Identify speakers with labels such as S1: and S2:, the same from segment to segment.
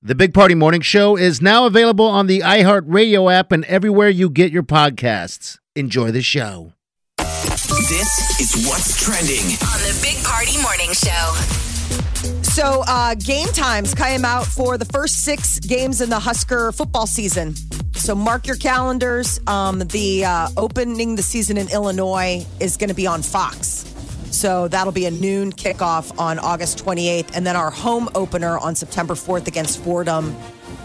S1: The Big Party Morning Show is now available on the iHeartRadio app and everywhere you get your podcasts. Enjoy the show.
S2: This is what's trending
S3: on the Big Party Morning Show.
S4: So, uh, game times came out for the first six games in the Husker football season. So, mark your calendars. Um, the uh, opening the season in Illinois is going to be on Fox. So, that'll be a noon kickoff on August 28th. And then our home opener on September 4th against Fordham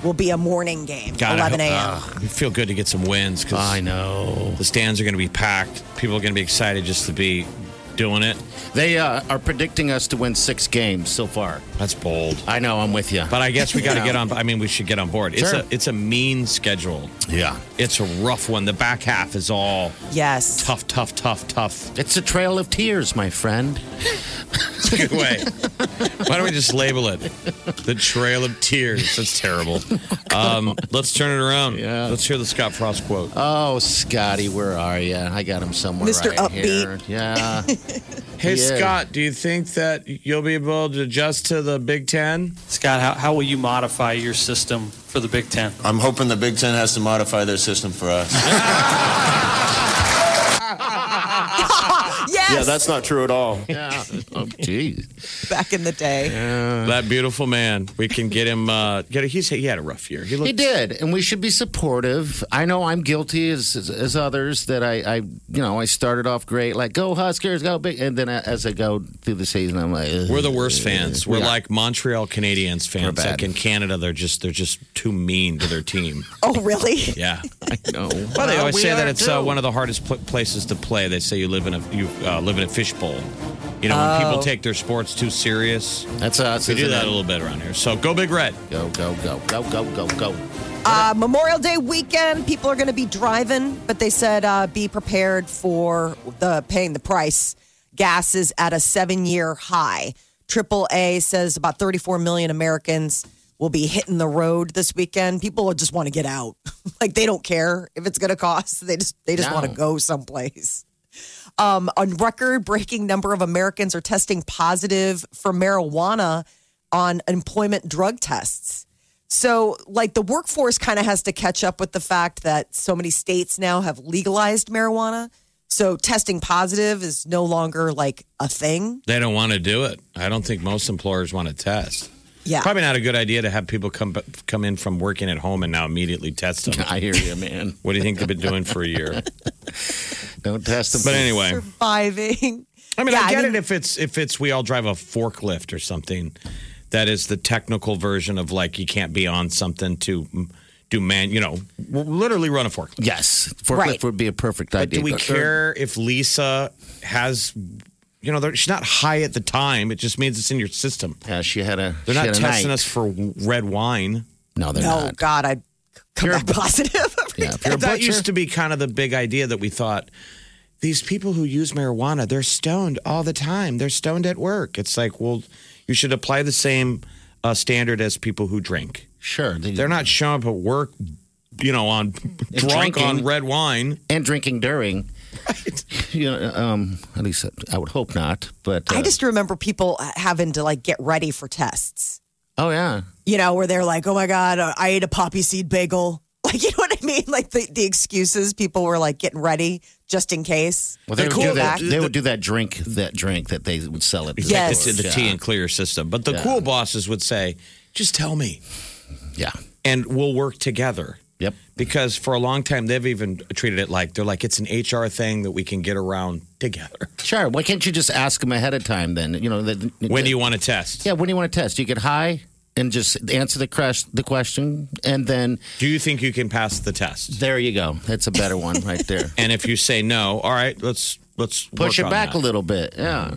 S4: will be a morning game,
S5: God, I
S4: 11
S5: hope-
S4: a.m.
S5: ah, it'd feel good to get some wins because
S1: I know.
S5: the stands are going to be packed. People are going to be excited just to be doing it.
S1: They uh, are predicting us to win six games so far.
S5: That's bold.
S1: I know, I'm with you.
S5: But I guess we got to get on. I mean, we should get on board. It's
S1: Sure.
S5: a it's a mean schedule.
S1: yeah.
S5: It's a rough one. The back half is all
S4: Yes.
S5: tough, tough, tough, tough.
S1: It's a trail of tears, my friend.
S5: It's a good way. Why don't we just label it the Trail of Tears? That's terrible. Um, let's turn it around.
S1: Oh, Yeah.
S5: Let's hear the Scott Frost quote.
S1: Oh, Scotty, where are you? I got him somewhere
S4: Mr.
S1: right
S4: Upbeat.
S1: here. Yeah.
S5: Hey
S1: Yeah.
S5: Scott, do you think that you'll be able to adjust to the Big Ten?
S6: Scott, how, how will you modify your system for the Big Ten?
S7: I'm hoping the Big Ten has to modify their system for us.
S4: Yes.
S7: yeah, that's not true at all.
S1: yeah. Oh, geez.
S4: back in the day.
S5: Uh, That beautiful man. We can get him. Uh, get a, he's he had a rough year. He looked.
S1: He did, and we should be supportive. I know I'm guilty as as, as others that I, I, you know, I started off great, like go Huskers, go big, and then as I go through the season, I'm like, "Ugh."
S5: We're the worst fans. We're
S1: Yeah.
S5: like Montreal Canadiens fans.
S1: bad.
S5: Like in Canada, they're just they're just too mean to their team.
S4: Oh, really?
S5: Yeah.
S1: no.
S5: Well, they always
S1: we
S5: say that
S1: are,
S5: it's uh,
S1: too.
S5: one of the hardest pl- places to play. They say you live in a you uh, live in a fishbowl. You know, when people take their sports too serious,
S1: Oh. That's us.
S5: we do
S1: isn't
S5: that a
S1: it?
S5: little bit around here. So go Big Red.
S1: Go go go go go go go.
S4: Uh, Memorial Day weekend, people are going to be driving, but they said uh, be prepared for the paying the price. Gas is at a seven-year high. AAA says about 34 million Americans will be hitting the road this weekend. People will just want to get out, like they don't care if it's going to cost. They just they just
S1: No.
S4: want to go someplace. Um, a record-breaking number of Americans are testing positive for marijuana on employment drug tests. So, like, the workforce kind of has to catch up with the fact that so many states now have legalized marijuana. So, testing positive is no longer like a thing.
S5: They don't want to do it. I don't think most employers want to test.
S4: Yeah.
S5: Probably not a good idea to have people come come in from working at home and now immediately test them.
S1: I hear you, man.
S5: What do you think they've been doing for a year?
S1: Don't test them.
S5: But anyway,
S4: Surviving.
S5: I mean,
S4: Yeah,
S5: I
S4: I
S5: get
S4: mean-
S5: it if it's if it's we all drive a forklift or something. That is the technical version of like you can't be on something to mm, do man. You know, w- literally run a forklift.
S1: yes, forklift
S4: Right.
S1: would be a perfect
S5: But
S1: idea. uh,
S5: do we care if Lisa has? You know, they're- she's not high at the time. It just means it's in your system.
S1: Yeah, she had a.
S5: They're
S1: she
S5: not
S1: had a
S5: testing
S1: night.
S5: us for w- red wine.
S1: No, they're
S4: No,
S1: not.
S4: Oh, God, I'd come
S1: You're-
S4: back positive. every
S1: Yeah,
S4: day.
S1: if you're a
S5: that
S1: butcher,
S5: used to be kind of the big idea that we thought these people who use marijuana they're stoned all the time they're stoned at work it's like well you should apply the same uh, standard as people who drink
S1: sure they-
S5: they're not showing up at work you know on drunk
S1: drinking.
S5: on red wine
S1: and drinking during. Right. You know, um, at least I would hope not. But uh,
S4: I just remember people having to like get ready for tests,
S1: Oh yeah.
S4: you know, where they're like, oh my God, uh, I ate a poppy seed bagel. Like, you know what I mean? Like the, the excuses people were like getting ready just in case.
S1: Well, they,
S5: The
S1: would
S5: cool
S1: do that.
S5: back-
S1: They would do that drink, that drink that they would sell at.
S4: Yes.
S5: It's in the tea and clear your system but the cool bosses would say just tell me
S1: Yeah.
S5: and we'll work together
S1: Yep.
S5: because for a long time they've even treated it like they're like it's an hr thing that we can get around together
S1: Sure. Why can't you just ask them ahead of time then? You know. That,
S5: when do you want to test
S1: Yeah. When do you want to test? You get high and just answer the crash, the question, and then
S5: Do you think you can pass the test?
S1: there you go. That's a better one right there.
S5: And if you say no, all right, let's let's
S1: Push
S5: work
S1: it
S5: on
S1: back
S5: that.
S1: a little bit. Yeah.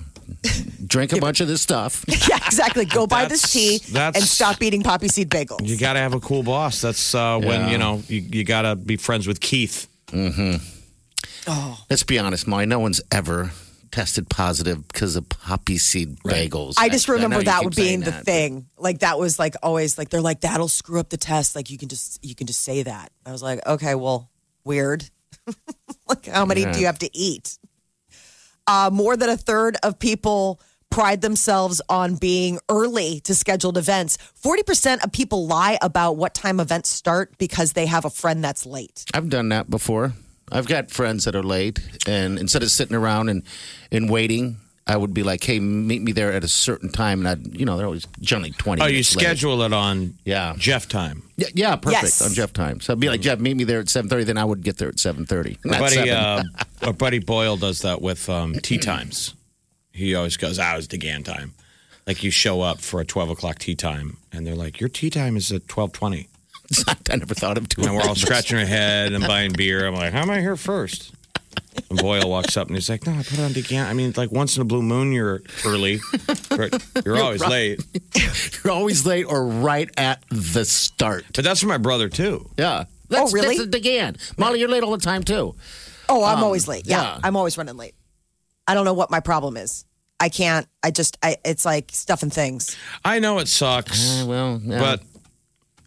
S1: drink a bunch of this stuff.
S4: Yeah, exactly. Go buy this
S5: That's-
S4: tea and
S5: that's-
S4: stop eating poppy seed bagels.
S5: You got to have a cool boss. That's uh, when
S1: Yeah.
S5: you know you, you got to be friends with Keith.
S1: Let's be honest, Molly. No one's ever tested positive because of poppy seed bagels.
S4: I just remember
S1: know you
S4: that
S1: keep
S4: would being
S1: saying
S4: the
S1: that, but-
S4: thing. Like that was like always like they're like that'll screw up the test. Like you can just you can just say that. I was like, okay, well, weird. like how many do you have to eat? Uh, more than a third of people pride themselves on being early to scheduled events. Forty percent of people lie about what time events start because they have a friend that's late.
S1: I've done that before. I've got friends that are late, and instead of sitting around and, and waiting, I would be like, "Hey, meet me there at a certain time." And I, you know, they're always generally twenty.
S5: Oh, you
S1: minutes late.
S5: schedule it on
S1: Yeah.
S5: Jeff time.
S1: Yeah, yeah, perfect
S4: Yes.
S1: on Jeff time. So I'd
S5: Mm-hmm.
S1: be like, "Jeff, meet me there at 7.30. Then I would get there at seven thirty.
S5: Our buddy, uh, our buddy Boyle does that with um, tea times. He always goes, "Ah, it's DeGan time." Like you show up for a twelve o'clock tea time, and they're like, "Your tea time is at twelve 20.
S1: I never thought of doing.
S5: And we're all
S1: that.
S5: scratching our head and buying beer. I'm like, "How am I here first? And Boyle walks up and he's like, "No, I put it on DeGan. I mean, like once in a blue moon, you're early. You're, you're always late."
S1: You're always late or right at the start.
S5: But that's for my brother too.
S1: Yeah. That's,
S4: really?
S1: That's again. Molly, you're late all the time too.
S4: Oh, I'm always late. Yeah,
S1: yeah.
S4: I'm always running late. I don't know what my problem is. I can't. I just. I. It's like stuffing things.
S5: I know it sucks,
S1: Uh, well, yeah.
S5: but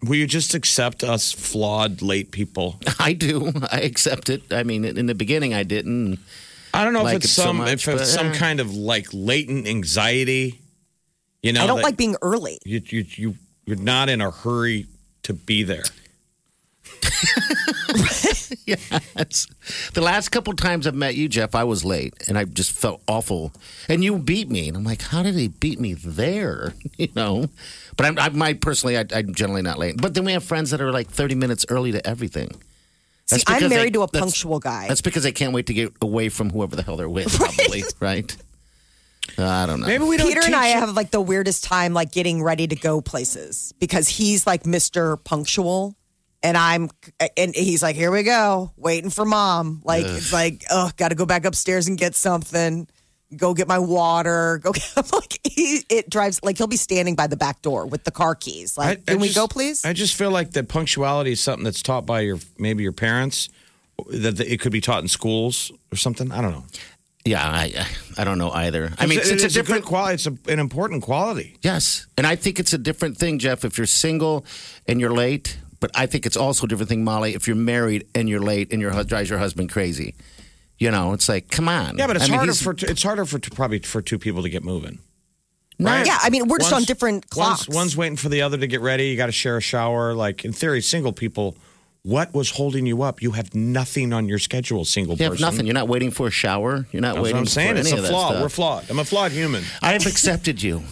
S5: will you just accept us flawed late people?
S1: I do. I accept it. I mean, in the beginning, I didn't.
S5: I don't know
S1: like
S5: if it's
S1: it so
S5: some
S1: much,
S5: if it's
S1: but,
S5: some
S1: eh.
S5: kind of like latent anxiety. You know,
S4: I don't
S5: that
S4: like being early.
S5: you, you. You you're not in a hurry to be there.
S1: Yes. The last couple times I've met you, Jeff, I was late and I just felt awful. And you beat me. And I'm like, how did he beat me there? You know? But I'm, I, my personally, I, I'm generally not late. But then we have friends that are like 30 minutes early to everything.
S4: See,
S1: That's
S4: I'm
S1: because
S4: married
S1: they-
S4: to a
S1: that's-
S4: punctual guy.
S1: That's because they can't wait to get away from whoever the hell they're with, probably, right? I don't know.
S5: Maybe we don't.
S4: Peter and
S5: teach
S4: I
S5: it.
S4: have like the weirdest time like getting ready to go places because he's like Mr. Punctual and I'm and he's like here we go waiting for mom like it's like oh got to go back upstairs and get something go get my water go get, I'm like he it drives like he'll be standing by the back door with the car keys
S5: I-
S4: like
S5: I
S4: can we
S5: just-
S4: go please
S5: I just feel like that punctuality is something that's taught by your maybe your parents. That that it could be taught in schools or something. I don't know.
S1: Yeah, I, I don't know either. I mean, it's, it's a
S5: good
S1: different
S5: quality. It's a, an important quality.
S1: Yes. And I think it's a different thing, Jeff, if you're single and you're late. But I think it's also a different thing, Molly, if you're married and you're late and your hus- drives your husband crazy. You know, it's like, come on.
S5: Yeah, but it's
S1: I mean,
S5: harder
S1: he's-
S5: for t- it's harder for t- probably for two people to get moving.
S1: Right.
S4: yeah I mean we're just on
S5: One's-
S4: different clocks
S5: One's, one's waiting for the other to get ready. You got to share a shower. Like in theory, single people, what was holding you up? You have nothing on your schedule, single
S1: You
S5: person.
S1: have nothing. You're not waiting for a shower. You're not
S5: That's
S1: waiting
S5: what I'm saying.
S1: for
S5: It's
S1: any
S5: a
S1: of that
S5: flaw.
S1: stuff.
S5: We're flawed. I'm a flawed human.
S1: I have accepted you.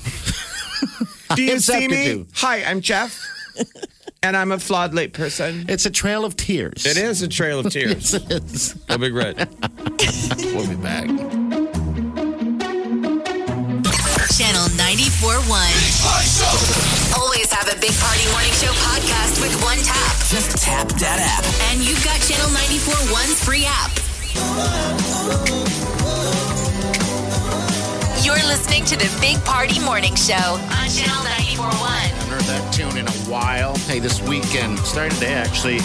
S5: Do you see
S1: Accepted
S5: me?
S1: you.
S5: Hi, I'm Jeff, and I'm a flawed late person.
S1: It's a trail of tears.
S5: It is a trail of tears. Go Big Red.
S1: we'll be back.
S3: Channel 94.1. Always have a Big Party Morning Show podcast with one tap.
S8: Just tap that app.
S3: And you've got Channel 94.1's free app. You're listening to the Big Party Morning Show on Channel 94.1.
S1: haven't heard that tune in a while. Hey, this weekend, starting today actually,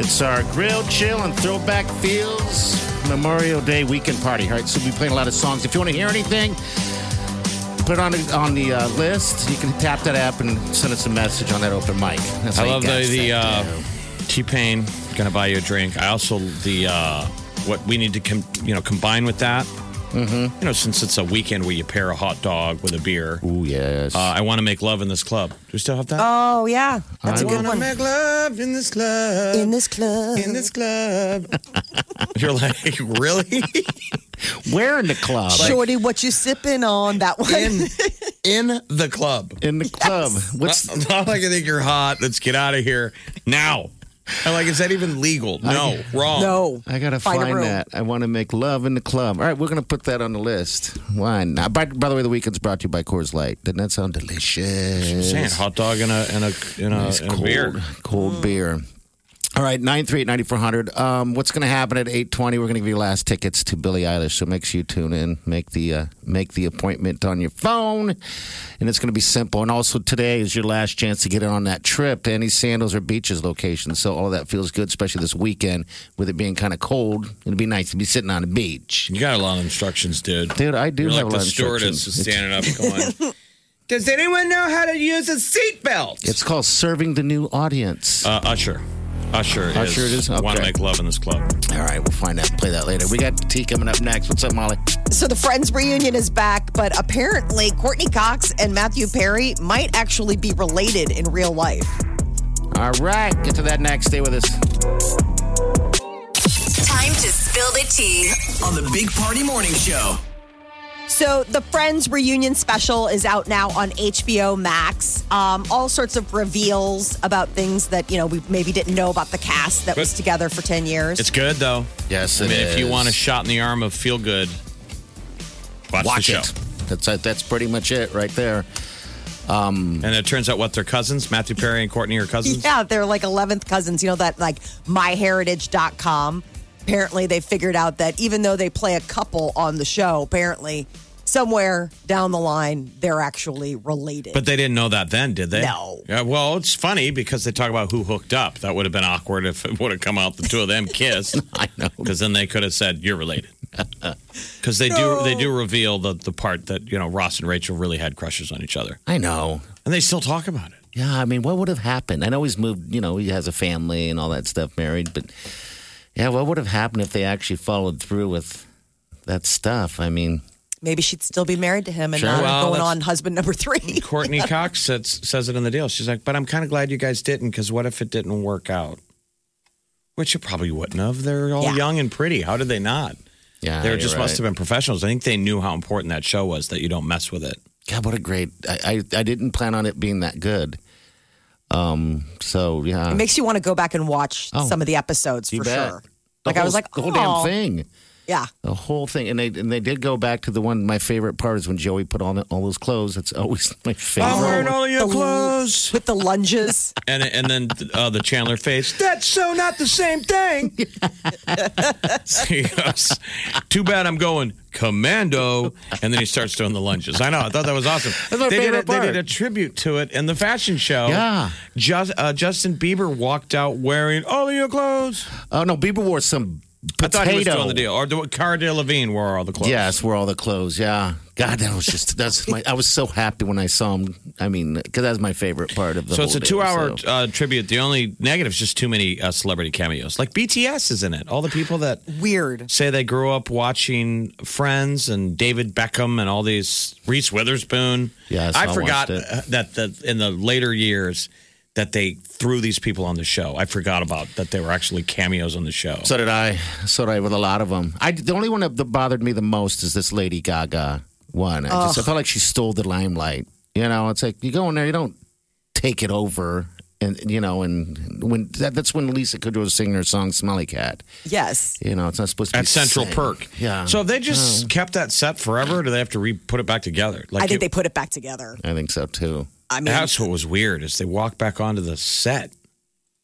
S1: it's our Grill, Chill, and Throwback Fields Memorial Day weekend party. All right, so we'll be playing a lot of songs. If you want to hear anything, put it on the, on the uh, list. You can tap that app and send us a message on that open mic. That's
S5: I
S1: how you
S5: love the
S1: guys
S5: the
S1: think.
S5: uh, T Pain gonna buy you a drink. I also the uh, what we need to com- you know combine with that. You know, since it's a weekend where you pair a hot dog with a beer, uh,
S1: Ooh, yes.
S5: I want to make love in this club. Do we still have that?
S4: oh yeah that's a
S5: I
S4: good
S5: wanna
S4: one
S5: make love in this club.
S4: in this club
S5: in this club. You're like, really?
S1: Where in the club?
S4: Shorty, what you sipping on? That one.
S5: in in the club.
S1: in the club. What's
S5: Not like I think you're hot. Let's get out of here now. I'm like, is that even legal? No, wrong.
S4: no,
S1: I gotta
S4: Find a
S1: find,
S4: room.
S1: that. I want to make love in the club. All right, we're gonna put that on the list. Why not? By, by the way, the weekend's brought to you by Coors Light. Doesn't that sound delicious?
S5: Saying hot dog and Uh, a Hmm. and a and a,
S1: Nice
S5: and a
S1: cold,
S5: beer.
S1: cold beer. All right, 938-9400. Um, what's going to happen at 820? We're going to give you last tickets to Billie Eilish, so make sure you tune in. Make the uh, make the appointment on your phone, and it's going to be simple. And also today is your last chance to get in on that trip to any Sandals or Beaches location, so all of that feels good, especially this weekend with it being kind of cold. It'd be nice to be sitting on a beach.
S5: You got a lot of instructions, dude.
S1: Dude, I do
S5: You're
S1: have
S5: like
S1: a
S5: the
S1: lot of
S5: stewardess
S1: instructions.
S5: is standing up going, Does anyone know how to use a seatbelt?
S1: It's called serving the new audience.
S5: uh, Usher. Usher is.
S1: Usher it is?
S5: Want
S1: Okay.
S5: to make love in this club.
S1: all right, we'll find out. Play that later. We got tea coming up next. What's up, Molly?
S4: So the Friends reunion is back, but apparently Courtney Cox and Matthew Perry might actually be related in real life.
S1: All right, get to that next. Stay with us.
S3: Time to spill the tea.
S2: on the Big Party Morning Show.
S4: So the Friends reunion special is out now on HBO Max. Um, all sorts of reveals about things that you know we maybe didn't know about the cast that was
S5: But-
S4: together for ten years.
S5: It's good, though.
S1: Yes,
S5: I mean,
S1: it
S5: if you
S1: is.
S5: want a shot in the arm of feel good, watch,
S1: watch
S5: the show.
S1: it. That's uh, that's pretty much it right there.
S5: And it turns out what they're cousins. Matthew Perry and Courtney are cousins.
S4: yeah, they're like eleventh cousins. You know that like MyHeritage.com. Apparently, they figured out that even though they play a couple on the show, apparently somewhere down the line they're actually related.
S5: But they didn't know that then, did they?
S4: No.
S5: Yeah, well, it's funny because they talk about who hooked up. That would have been awkward if it would have come out the two of them kissed.
S1: I know.
S5: because then they could have said you're related. Because they do they do reveal the the part that you know Ross and Rachel really had crushes on each other,
S1: I know.
S5: and they still talk about it.
S1: Yeah, I mean, what would have happened? I know he's moved. You know, he has a family and all that stuff, married. But yeah, what would have happened if they actually followed through with that stuff? I mean,
S4: maybe she'd still be married to him and
S1: Sure.
S4: not
S5: Well,
S4: going
S5: that's- Hmm.
S4: on husband number three.
S5: Courtney Cox says, says it in the deal. She's like, "But I'm kind of glad you guys didn't, because what if it didn't work out?" Which you probably wouldn't have. They're all
S4: Yeah.
S5: young and pretty. How did they not?
S1: yeah,
S5: They
S1: you're
S5: just must have
S1: right.
S5: been professionals. I think they knew how important that show was. That you don't mess with it.
S1: God, what a great! I, I I didn't plan on it being that good. Um. So yeah,
S4: It makes you want to go back and watch
S1: Oh.
S4: some of the episodes
S1: you
S4: for
S1: bet.
S4: sure.
S1: The
S4: Like I
S1: whole-
S4: was like,
S1: the whole
S4: "Oh."
S1: damn thing.
S4: Yeah.
S1: The whole thing, and they and they did go back to the one. My favorite part is when Joey put on all those clothes. That's always my favorite.
S5: Oh, all your clothes.
S4: With the lunges.
S5: and and then uh, the Chandler face. That's so not the same thing. he goes, Too bad I'm going commando, and then he starts doing the lunges. I know. I thought that was awesome.
S1: That's my
S5: they, did a,
S1: favorite
S5: they
S1: part.
S5: did a tribute to it in the fashion show.
S1: Yeah.
S5: Just, uh, Justin Bieber walked out wearing all of your clothes.
S1: Oh no, Bieber wore some
S5: I
S1: potato.
S5: thought he was doing the deal. Or the, Cara Delevingne wore all the clothes.
S1: Yes, wore all the clothes. Yeah, God, that was just that's my. I was so happy when I saw him. I mean, because that's my favorite part of the.
S5: So it's
S1: whole
S5: a
S1: deal,
S5: two-hour
S1: so.
S5: uh, tribute. The only negative is just too many uh, celebrity cameos. Like BTS is in it. All the people that
S4: Weird.
S5: say they grew up watching Friends and David Beckham and all these Reese Witherspoon.
S1: Yeah, I saw-
S5: I forgot
S1: watched it.
S5: uh, that the, in the later years that they threw these people on the show. I forgot about that they were actually cameos on the show.
S1: So did I. So did I with a lot of them. I the only one that that bothered me the most is this Lady Gaga one. I just I felt like she stole the limelight. You know, it's like you go in there, you don't take it over, and you know, and when that, that's when Lisa Kudrow was singing her song "Smelly Cat."
S4: Yes.
S1: You know, it's not supposed to
S5: at
S1: be
S5: Central
S1: sang.
S5: Perk,
S1: Yeah.
S5: So have they just kept that set forever, or do they have to re put it back together? Like
S4: I think
S5: it-
S4: they put it back together.
S1: I think so too.
S4: I mean,
S5: That's what was weird is they walked back onto the set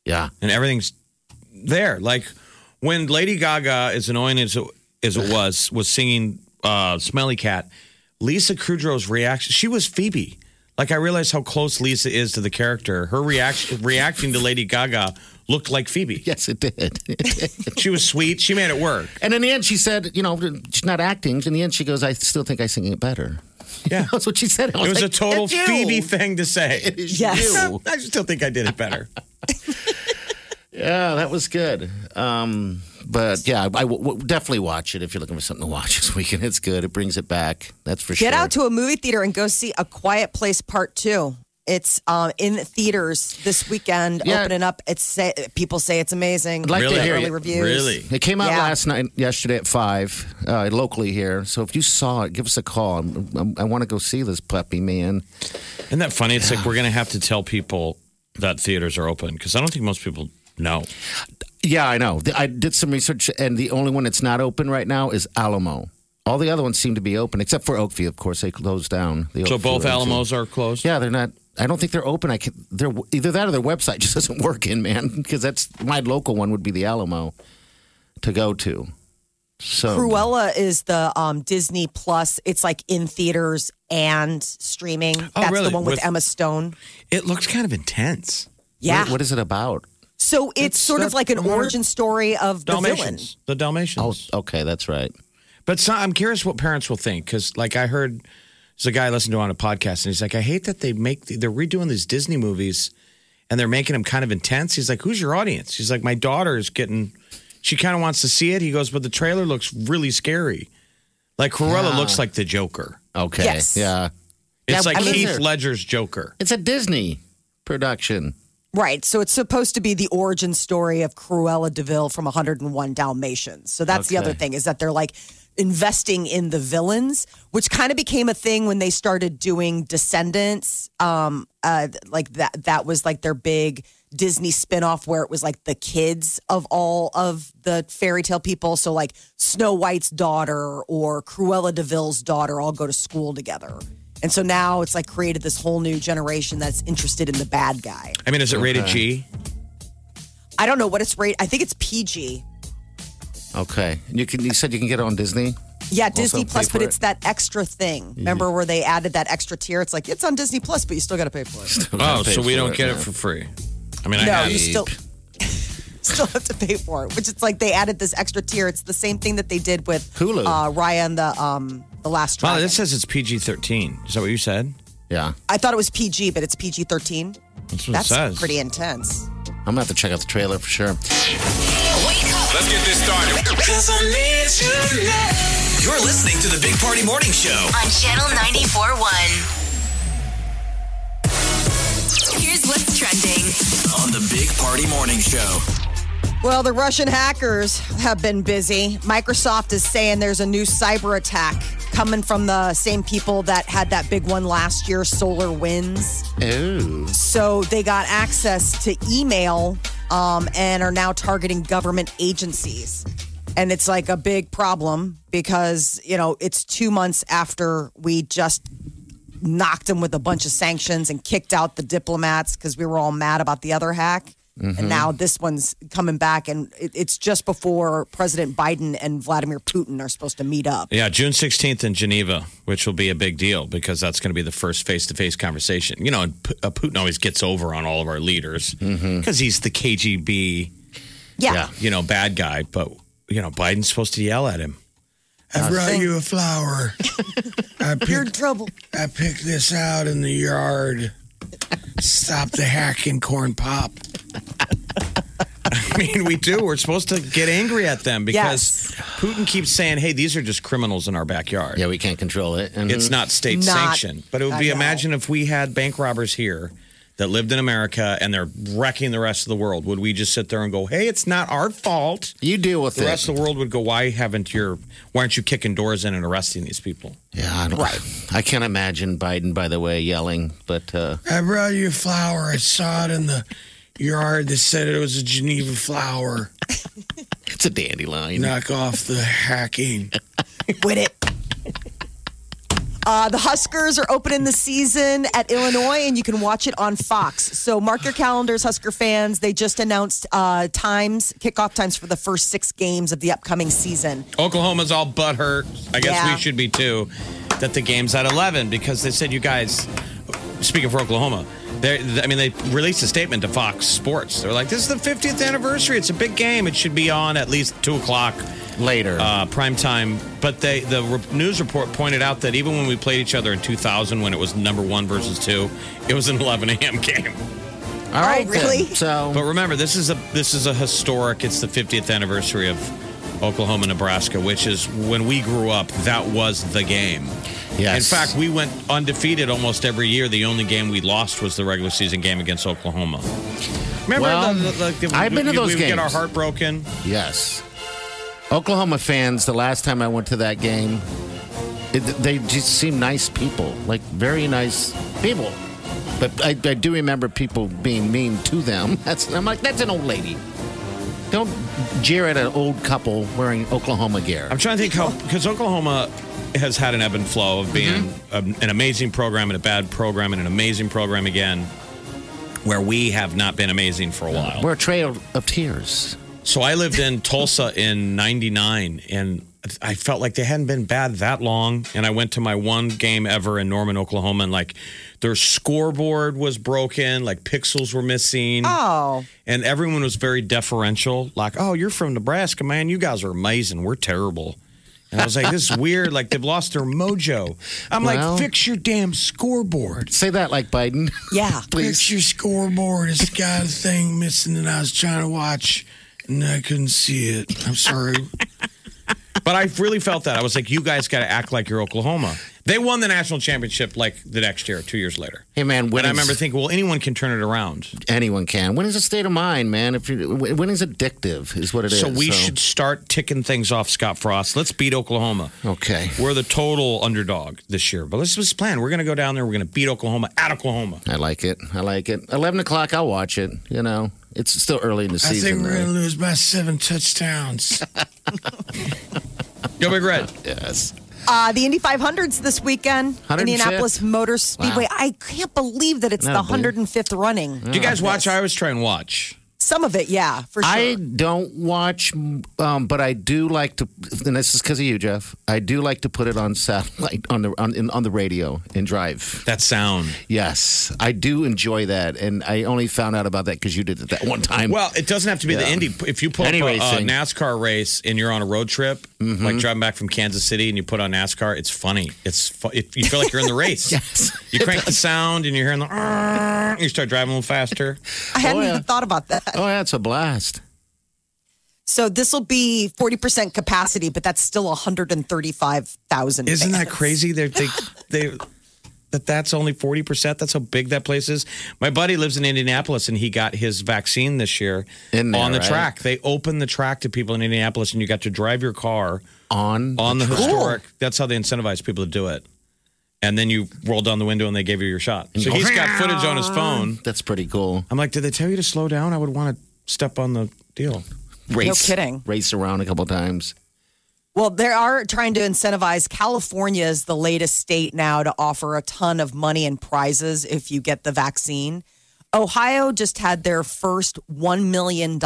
S1: Yeah.
S5: and everything's there. Like when Lady Gaga, as annoying as it, as it was, was singing uh, "Smelly Cat," Lisa Kudrow's reaction. She was Phoebe. Like I realized how close Lisa is to the character. Her reaction, reacting to Lady Gaga, looked like Phoebe.
S1: Yes, it did.
S5: She was sweet. She made it work.
S1: And in the end, she said, you know, she's not acting. In the end, she goes, I still think I sing it better.
S5: Yeah,
S1: That's what she said. I
S5: it was a
S1: like,
S5: total
S1: "It's you."
S5: Phoebe thing to say.
S1: It's
S4: Yes.
S1: you.
S5: I still think I did it better.
S1: Yeah, Oh, that was good. Um, but yeah, I w- w- definitely watch it if you're looking for something to watch this weekend. It's good. It brings it back. That's for sure.
S4: get out to a movie theater and go see A Quiet Place Part Two. It's um, in theaters this weekend,
S1: Yeah.
S4: opening up. It's say, people say it's amazing.
S1: I'd like to
S5: Really?
S1: hear
S4: early
S1: you.
S4: reviews.
S5: Really?
S1: It came out
S4: Yeah.
S1: last night, yesterday at five, uh, locally here. So if you saw it, give us a call. I'm, I'm, I want to go see this puppy, man.
S5: Isn't that funny? It's like we're gonna have to tell people that theaters are open because I don't think most people know.
S1: Yeah, I know. The- I did some research, and the only one that's not open right now is Alamo. All the other ones seem to be open, except for Oakview, of course. They closed down. The
S5: So
S1: Oakview
S5: both
S1: exit.
S5: Alamos are closed.
S1: Yeah, they're not I don't think they're open. I can, they're either that or their website just isn't working, man. Because that's my local one would be the Alamo to go to. So
S4: uh, Cruella is the um, Disney Plus. It's like in theaters and streaming.
S5: Oh,
S4: That's
S5: really?
S4: the one with,
S5: With-
S4: Emma Stone.
S5: It looks kind of intense.
S4: Yeah.
S1: what- what is it about?
S4: so it's, sort of
S5: that's
S4: like an
S5: more-
S4: origin story of the villain.
S5: Dalmatians. The Dalmatians.
S1: Oh, okay, that's right.
S5: But so, I'm curious what parents will think because, like, I heard there's a guy I listened to on a podcast, and he's like, "I hate that they make they're redoing these Disney movies, and they're making them kind of intense." He's like, "Who's your audience?" He's like, "My daughter is getting, she kind of wants to see it." He goes, "But the trailer looks really scary. Like Cruella looks like the Joker.
S1: Okay,
S4: Yes.
S1: yeah,
S5: It's
S1: Yeah,
S5: like
S1: I mean,
S5: Heath
S1: they're-
S5: Ledger's Joker."
S1: it's a Disney production.
S4: Right. So it's supposed to be the origin story of Cruella DeVille from 101 Dalmatians. So that's the
S1: Okay.
S4: other thing is that they're like investing in the villains, which kind of became a thing when they started doing Descendants. Um, uh, like that, that was like their big Disney spinoff where it was like the kids of all of the fairy tale people. So like Snow White's daughter or Cruella DeVille's daughter all go to school together. And so now it's like created this whole new generation that's interested in the bad guy.
S5: I mean, is it rated G?
S4: I don't know what it's rated. I think it's PG.
S1: Okay, you can. You said you can get it on Disney.
S4: Yeah, Disney
S1: pay
S4: Plus,
S1: for
S4: but it's
S1: it.
S4: that extra thing. Remember where they added that extra tier? It's like it's on Disney Plus, but you still got to pay for it.
S5: Oh,
S1: Pay
S5: so we
S1: for
S5: don't get it
S1: man.
S5: for free. I mean, I
S4: No,
S5: have
S4: you still still have to pay for it. Which it's like they added this extra tier. It's the same thing that they did with
S1: Hulu.
S4: uh, Raya and the um the Last
S5: Molly,
S4: Dragon.
S5: this says it's PG thirteen. Is that what you said?
S1: Yeah,
S4: I thought it was PG, but it's PG thirteen.
S5: That's what it
S4: That's
S5: says.
S4: pretty intense.
S1: I'm gonna have to check out the trailer for sure.
S3: Wake up.
S2: Let's get this started. You're listening to the Big Party Morning Show.
S3: on Channel 94.1. Here's what's trending.
S2: On the Big Party Morning Show.
S4: Well, the Russian hackers have been busy. Microsoft is saying there's a new cyber attack coming from the same people that had that big one last year, Solar Winds.
S1: Ooh,
S4: So they got access to email um, and are now targeting government agencies. And it's like a big problem because, you know, it's two months after we just knocked them with a bunch of sanctions and kicked out the diplomats because we were all mad about the other hack. And now this one's coming back, and it, it's just before President Biden and Vladimir Putin are supposed to meet up.
S5: Yeah, June 16th in Geneva, which will be a big deal because that's going to be the first face to face conversation. You know, and P- uh, Putin always gets over on all of our leaders because he's the KGB,
S4: yeah.
S5: you know, bad guy. But, you know, Biden's supposed to yell at him.
S7: I brought you a flower. I
S4: You're in
S7: picked,
S4: trouble.
S7: I picked this out in the yard. Stop the hacking corn pop.
S5: I mean, we do. We're supposed to get angry at them because Putin keeps saying, hey, these are just criminals in our backyard.
S1: yeah, we can't control it. Mhm.
S5: It's not state
S4: Not-
S5: sanctioned. But it would
S4: I
S5: be
S4: know.
S5: imagine if we had bank robbers here that lived in America and they're wrecking the rest of the world. Would we just sit there and go, "Hey, it's not our fault"?
S1: You deal with
S5: The
S1: it.
S5: rest of the world would go, "Why haven't your? Why aren't you kicking doors in and arresting these people?"
S1: yeah, I don't,
S4: Right.
S1: I can't imagine Biden, by the way, yelling. But uh,
S7: I brought you a flower. I saw it in the yard that said it was a Geneva flower.
S1: it's a dandelion.
S7: Knock off the hacking.
S4: with it. Uh, the Huskers are opening the season at Illinois, and you can watch it on Fox. So mark your calendars, Husker fans. They just announced uh, times, kickoff times for the first six games of the upcoming season.
S5: Oklahoma's all butthurt. I guess
S4: Yeah.
S5: we should be too. That the game's at eleven because they said, "You guys." Speaking for Oklahoma, they I mean, they released a statement to Fox Sports. They're like, "This is the 50th anniversary. It's a big game. It should be on at least two o'clock."
S1: Later,
S5: uh, prime time. But they, the re- news report pointed out that even when we played each other in 2000, when it was number one versus two, it was an 11 a.m. game.
S1: all right,
S4: oh,
S1: then.
S4: really?
S1: So
S5: But remember, this is a this is a historic. It's the 50th anniversary of Oklahoma, Nebraska, which is when we grew up. That was the game.
S1: Yes.
S5: In fact, we went undefeated almost every year. The only game we lost was the regular season game against Oklahoma. Remember,
S1: Well,
S5: the, the, the-
S1: I've been to
S5: we-
S1: those
S5: we would get
S1: games.
S5: our heart broken.
S1: Yes. Oklahoma fans, the last time I went to that game, it, they just seemed nice people, like very nice people. But I, I do remember people being mean to them. That's, I'm like, that's an old lady. Don't jeer at an old couple wearing Oklahoma gear.
S5: I'm trying to think how because Oklahoma has had an ebb and flow of being
S1: Mm-hmm.
S5: um, an amazing program and a bad program and an amazing program again, where we have not been amazing for a while.
S1: We're a trail of tears.
S5: So I lived in Tulsa in 99 and I felt like they hadn't been bad that long. And I went to my one game ever in Norman, Oklahoma, and like their scoreboard was broken, like pixels were missing.
S4: Oh,
S5: And everyone was very deferential, like, oh, you're from Nebraska, man. You guys are amazing. We're terrible. And I was like, this is weird. Like they've lost their mojo. I'm
S1: Well-
S5: like, fix your damn scoreboard.
S1: Say that like Biden,
S4: yeah.
S1: please.
S9: Fix your scoreboard. It's got a thing missing that I was trying to watch and I couldn't see it. I'm sorry.
S5: But I really felt that. I was like, you guys got to act like you're Oklahoma. They won the national championship like the next year, two years later.
S1: Hey man, when
S5: And I remember thinking, well, anyone can turn it around.
S1: anyone can. When is a state of mind, man? If you when is addictive is what it is.
S5: so we should start ticking things off, Scott Frost. Let's beat Oklahoma.
S1: Okay,
S5: We're the total underdog this year, but let's just plan. We're going to go down there. We're going to beat Oklahoma at Oklahoma.
S1: I like it. I like it. Eleven o'clock. I'll watch it. You know, it's still early in the
S9: I
S1: season.
S9: think we're
S1: right?
S9: going to lose by seven touchdowns.
S5: Go Big Red.
S1: yes.
S4: Uh, the Indy 500s this weekend,
S1: 105th.
S4: Indianapolis Motor Speedway. I can't believe that it's
S1: Not a
S4: the
S1: believe.
S4: 105th running.
S1: Oh,
S5: Do you guys watch Iowa's Try and Watch?
S4: Some of it, yeah, for sure.
S1: I don't watch, um, but I do like to, and this is because of you, Jeff. I do like to put it on satellite on the on, in, on the radio and drive.
S5: That sound.
S1: Yes, I do enjoy that, and I only found out about that because you did it that one time.
S5: Well, it doesn't have to be the
S1: Yeah.
S5: Indy. If you pull
S1: Any
S5: up a, a
S1: racing. Mm-hmm.
S5: NASCAR race and you're on a road trip, like driving back from Kansas City, and you put on NASCAR, it's funny. It's fu- it, you feel like you're in the race.
S1: Yes.
S5: You crank the sound and you're hearing the. "Arr," and You start driving a little faster.
S4: I hadn't
S1: Oh, yeah.
S4: even thought about that.
S1: oh, that's a blast.
S4: So this will be 40% capacity, but that's still 135,000.
S5: Isn't that
S4: fans.
S5: crazy? They they they that that's only forty percent. That's how big that place is. My buddy lives in Indianapolis, and he got his vaccine this year
S1: In there,
S5: on the
S1: right?
S5: track. They opened the track to people in Indianapolis, and you got to drive your car
S1: On
S5: on the
S1: track.
S5: historic. That's how they incentivize people to do it. And then you rolled down the window, and they gave you your shot. So he's got footage on his phone.
S1: That's pretty cool.
S5: I'm like, did they tell you to slow down? I would want to step on the deal.
S1: Race,
S4: kidding.
S1: Race around a couple times.
S4: Well, they are trying to incentivize. California is the latest state now to offer a ton of money and prizes if you get the vaccine. Ohio just had their first $1 million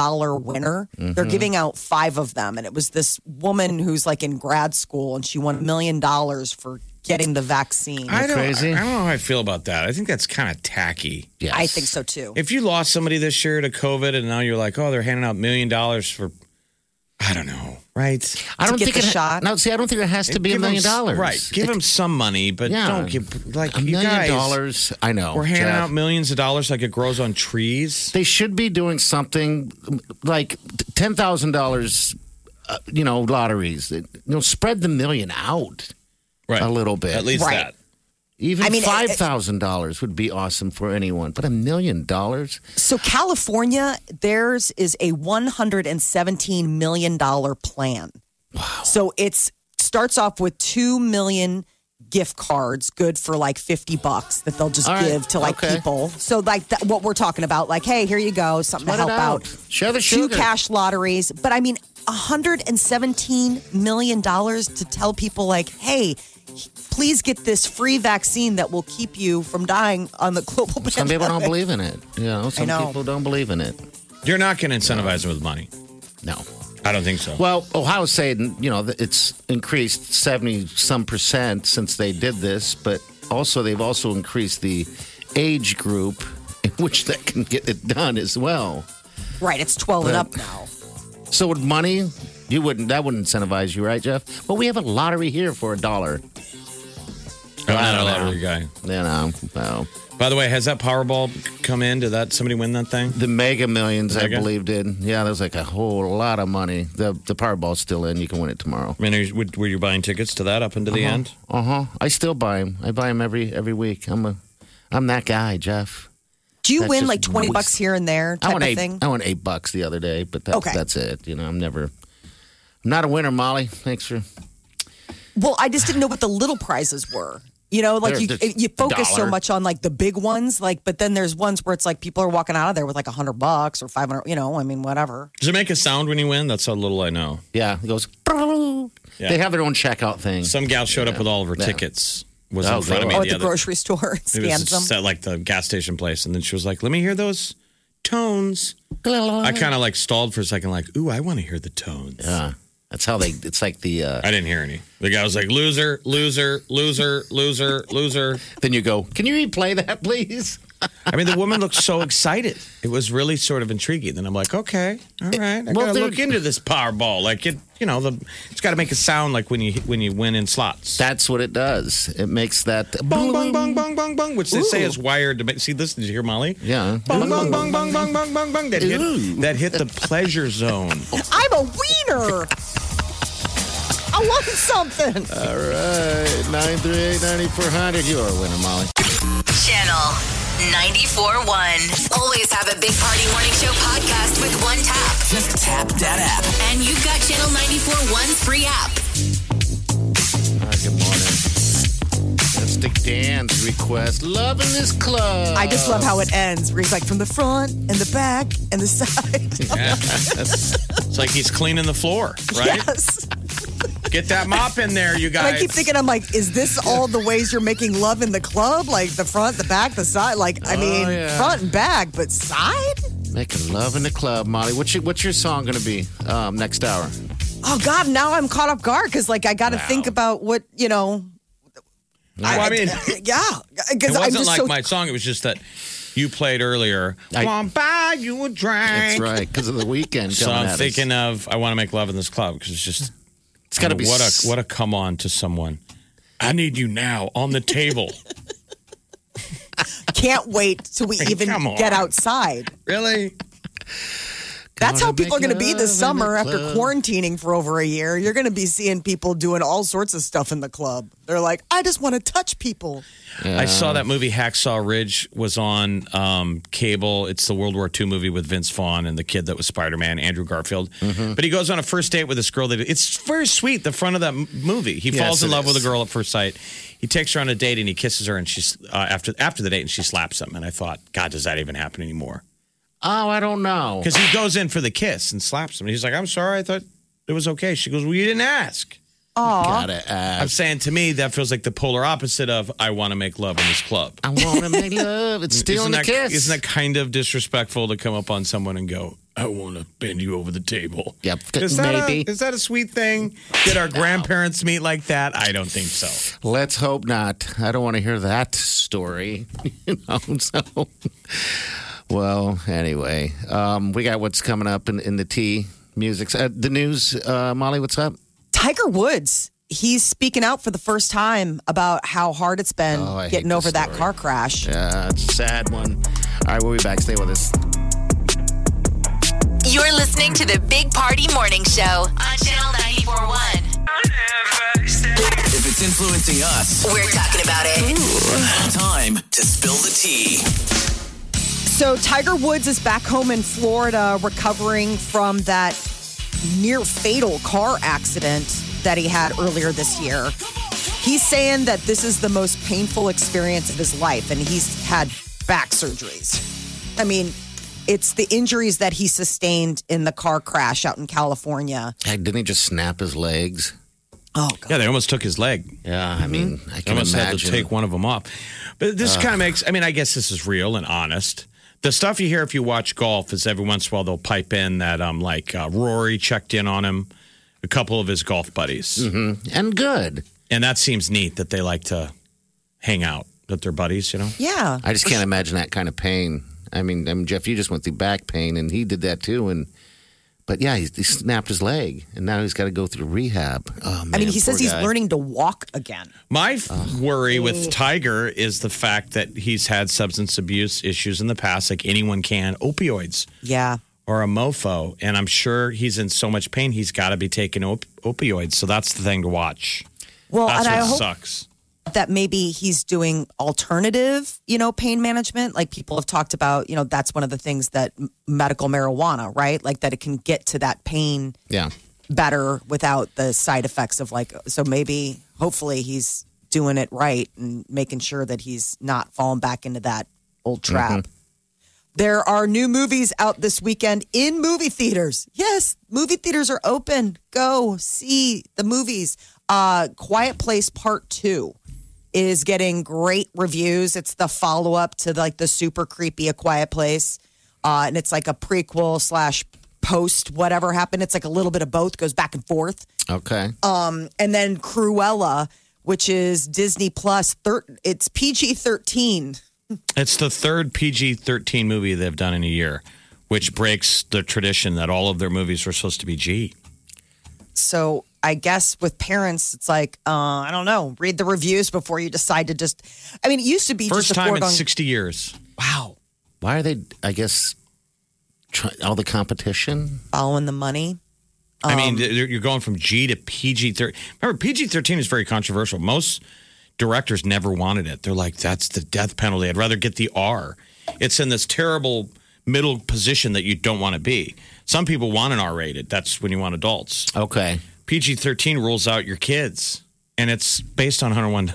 S4: winner. They're giving out five of them. And it was this woman who's like in grad school and she won a million dollars for getting the vaccine. I,
S5: I don't.
S1: crazy?
S5: I don't know how I feel about that. I think that's kind of tacky.
S1: Yes.
S4: think so too.
S5: If you lost somebody this year to COVID and now you're like, oh, they're handing out million dollars for, I don't know, right?
S1: I
S4: To
S1: don't
S4: get
S1: think
S4: the
S1: it
S4: shot.
S1: No, see, I don't think it has to be a
S5: Give 'em
S1: million
S5: s-
S1: dollars.
S5: Right. Give them some money, but
S1: Yeah.
S5: don't give, like,
S1: a
S5: you
S1: million
S5: guys,
S1: dollars. I know.
S5: we're handing
S1: Jeff.
S5: out millions of dollars like it grows on trees.
S1: they should be doing something like ten thousand dollars. uh, You know, lotteries. You know, spread the million out.
S5: Right.
S1: A little bit.
S5: At least
S4: Right.
S5: that.
S1: Even
S4: I mean,
S1: five
S4: it-
S1: thousand dollars would be awesome for anyone, but a million dollars.
S4: So California, theirs is a one hundred and seventeen million dollar plan. Wow. So it's starts off with two million gift cards, good for like fifty bucks that they'll just
S1: All right.
S4: give to like
S1: Okay.
S4: people. So like that, what we're talking about, like hey, here you go, something
S1: Let
S4: to
S1: it
S4: help out.
S1: out. Share the
S4: two
S1: sugar.
S4: cash lotteries, but I mean, hundred and seventeen million dollars to tell people like, hey. Please get this free vaccine that will keep you from dying on the global pandemic.
S1: Some people don't believe in it. You know, some
S4: know.
S1: people don't believe in it.
S5: You're not going to incentivize them with money.
S1: No.
S5: I don't think so.
S1: Well, Ohio's saying you know that it's increased seventy some percent since they did this, but also they've also increased the age group in which that can get it done as well.
S4: Right, it's 12 and
S1: Right.
S4: up now.
S1: So with money, you wouldn't that wouldn't incentivize you, right, Jeff? Well, we have a lottery here for a dollar.
S5: I'm
S1: I
S5: not a
S1: don't
S5: lottery
S1: know.
S5: guy.
S1: You know, well,
S5: By the way, has that Powerball come in? Did that somebody win that thing?
S1: the Mega Millions, I
S5: Mega?
S1: believe, did. Yeah, there's like a whole lot of money. The the Powerball's still in. You can win it tomorrow.
S5: I mean, are you, would- were you buying tickets to that up into the end?
S1: Uh huh. I still buy them. I buy them every every week. I'm a I'm that guy, Jeff.
S4: Do you
S1: That's
S4: win
S1: just
S4: like 20
S1: waste.
S4: bucks here and there
S1: I
S4: type
S1: won
S4: of
S1: eight.
S4: thing?
S1: I won eight bucks the other day, but that's
S4: Okay.
S1: that's it. You know, I'm never. I'm not a winner, Molly. Thanks for.
S4: Well, I just didn't know what the little prizes were. You know, like you,
S1: They're just
S4: you focus so
S1: dollar.
S4: much on like the big ones, like, but then there's ones where it's like people are walking out of there with like 100 bucks or 500, you know, I mean, whatever.
S5: Does it make a sound when you win? That's how little I know.
S1: Yeah, it goes. "Brrrr."
S5: Yeah.
S1: They have their own checkout thing.
S5: Some gal showed up with all of her
S1: Yeah.
S5: tickets. Was
S1: Oh,
S5: in front of me
S1: good.
S4: or at
S5: the,
S4: the
S5: other.
S4: grocery store
S5: it
S4: scans
S5: was
S4: them.
S5: just at like the gas station place, and then she was like, "Let me hear those tones." I kind of like stalled for a second, like, "Ooh, I want to hear the tones."
S1: Yeah. Uh, That's how they. It's like the. Uh,
S5: I didn't hear any. The guy was like, "Loser, loser, loser, loser, loser."
S1: then you go. Can you replay that, please?
S5: I mean, the woman looked so excited. It was really sort of intriguing. Then I'm like, okay, all right, I
S1: Well,
S5: gotta
S1: they're-
S5: look into this Powerball. Like it, you know, the it's got to make a sound like when you when you win in slots.
S1: That's what it does. It makes that.
S5: bong bong bong bong bong bong, which they say is wired to make. See this? Did you hear Molly?
S1: Yeah.
S5: Bong bong bong bong bong bong bong bong. That hit that hit the pleasure zone.
S4: I'm a wiener. I want something.
S1: All right. 938 9400. You are a winner, Molly.
S3: Channel 94.1. Always have a Big Party Morning Show podcast with one tap.
S2: Just tap that app.
S3: And you've got Channel 94.1's free app.
S1: All right, good morning. That's the Dan's request. Loving this club.
S4: I just love how it ends, where he's like from the front and the back and the side.
S5: Yeah. It's like he's cleaning the floor, right?
S4: Yes.
S5: Get that mop in there, you guys.
S4: And I keep thinking, I'm like, is this all the ways you're making love in the club? Like the front, the back, the side? Like,
S5: Oh,
S4: I mean,
S1: yeah.
S4: front and back, but side?
S1: Making love in the club, Molly. What's your, what's your song going to be um, next hour?
S4: Oh, God, now I'm caught off guard because, like, I got to think about what, you know.
S5: Well, I mean,
S4: Yeah. Because
S5: It
S4: I'm
S5: wasn't
S4: just
S5: like
S4: so.
S5: my song. It was just that you played earlier.
S1: I-
S5: I, want buy you a
S1: That's
S5: drink.
S1: right, because of the weekend.
S5: So
S1: coming
S5: I'm
S1: at us.
S5: thinking of I want to make love in this club because it's just
S1: it's got to be
S5: what
S1: s-
S5: a what a come on to someone. I need you now on the table.
S4: can't wait till we even
S5: Come on.
S4: get outside.
S5: really?
S4: That's how
S1: Gonna
S4: people are
S1: make
S4: going to be this
S1: love in the
S4: summer after
S1: club.
S4: quarantining for over a year. You're going to be seeing people doing all sorts of stuff in the club. They're like, I just want to touch people.
S5: I saw that movie Hacksaw Ridge was on um, cable. It's the World War II movie with Vince Vaughn and the kid that was Spider Man, Andrew Garfield.
S1: Mm-hmm.
S5: But he goes on a first date with this girl that it's very sweet. The front of that m- movie, he
S1: Yes,
S5: falls in
S1: it
S5: love
S1: is.
S5: with a girl at first sight. He takes her on a date and he kisses her, and she's uh, after after the date and she slaps him. And I thought, God, does that even happen anymore?
S1: Oh, I don't know.
S5: Because he goes in for the kiss and slaps him. And he's like, I'm sorry. I thought it was okay. She goes, Well, you didn't ask.
S1: Gotta
S5: I'm
S1: ask.
S5: saying to me, that feels like the polar opposite of I want to make love in this club.
S1: I want to make love. It's stealing
S5: isn't
S1: the
S5: that,
S1: kiss.
S5: Isn't that kind of disrespectful to come up on someone and go,
S9: I want to bend you over the table.
S1: Yep.
S5: is that,
S1: Maybe.
S5: A, is that a sweet thing? Did our grandparents meet like that? I don't think so.
S1: Let's hope not. I don't want to hear that story. you know, so. Well, anyway, um, we got what's coming up in, in the tea, music, uh, the news. Uh, Molly, what's up?
S4: Tiger Woods, he's speaking out for the first time about how hard it's been
S1: Oh, I hate
S4: getting
S1: this
S4: over that
S1: story.
S4: car crash.
S1: Uh, it's a sad one. All right, we'll be back. Stay with us.
S3: You're listening to the Big Party Morning Show on Channel 94.1.
S2: If it's influencing us,
S3: We're talking about it.
S2: time to spill the tea.
S4: So Tiger Woods is back home in Florida recovering from that near fatal car accident that he had earlier this year. He's saying that this is the most painful experience of his life and he's had back surgeries. I mean, it's the injuries that he sustained in the car crash out in California.
S1: Hey, didn't he just snap his legs?
S4: Oh god.
S5: Yeah, they almost took his leg.
S1: Yeah, I mean, I
S5: I
S1: can
S5: mm-hmm. almost
S1: imagine.
S5: had to take one of them off. But this kind of makes, I mean, I guess this is real and honest. The stuff you hear if you watch golf is every once in a while they'll pipe in that, um, like uh, Rory checked in on him, a couple of his golf buddies.
S1: Mm-hmm. and good.
S5: And that seems neat that they like to hang out, that they're buddies, you know?
S4: Yeah.
S1: I just can't imagine that kind of pain. I mean, I mean, Jeff, you just went through back pain, and he did that too. And but yeah, he, he snapped his leg, and now he's got to go through rehab. Oh, man,
S4: I mean, he says
S1: poor
S4: he's
S1: guy.
S4: learning to walk again.
S5: My f- worry with Tiger is the fact that he's had substance abuse issues in the past, like anyone can, opioids.
S4: Yeah.
S5: or a mofo, and I'm sure he's in so much pain he's got to be taking op- opioids. So that's the thing to watch.
S4: Well,
S5: That's
S4: and
S5: what
S4: I hope
S5: sucks.
S4: that maybe he's doing alternative, you know, pain management. Like people have talked about, you know, that's one of the things that m- medical marijuana, right? Like that it can get to that pain
S1: Yeah,
S4: better without the side effects of like, so maybe hopefully he's doing it right and making sure that he's not falling back into that old trap. There are new movies out this weekend in movie theaters. Yes, movie theaters are open. Go see the movies. Uh, Quiet Place Part 2 is getting great reviews. It's the follow up to like the super creepy A Quiet Place. Uh, and it's like a prequel slash post whatever happened. It's like a little bit of both, goes back and forth.
S1: Okay.
S4: Um, and then Cruella, which is Disney Plus, thir- it's PG 13.
S5: It's the third PG 13 movie they've done in a year, which breaks the tradition that all of their movies were supposed to be G.
S4: So I guess with parents, it's like, uh, I don't know, read the reviews before you decide to just. I mean, it used to be
S5: First
S4: just a
S5: time in
S4: foregone.
S5: 60 years.
S4: wow.
S1: Why are they? I guess try, all the competition.
S4: Following the money.
S5: I
S4: Um,
S5: mean, you're you're going from G to PG 13. Remember, PG 13 is very controversial. Most directors never wanted it. They're like, that's the death penalty. I'd rather get the R. It's in this terrible middle position that you don't want to be. Some people want an R rated. That's when you want adults.
S1: Okay.
S5: PG 13 rules out your kids, and it's based on 101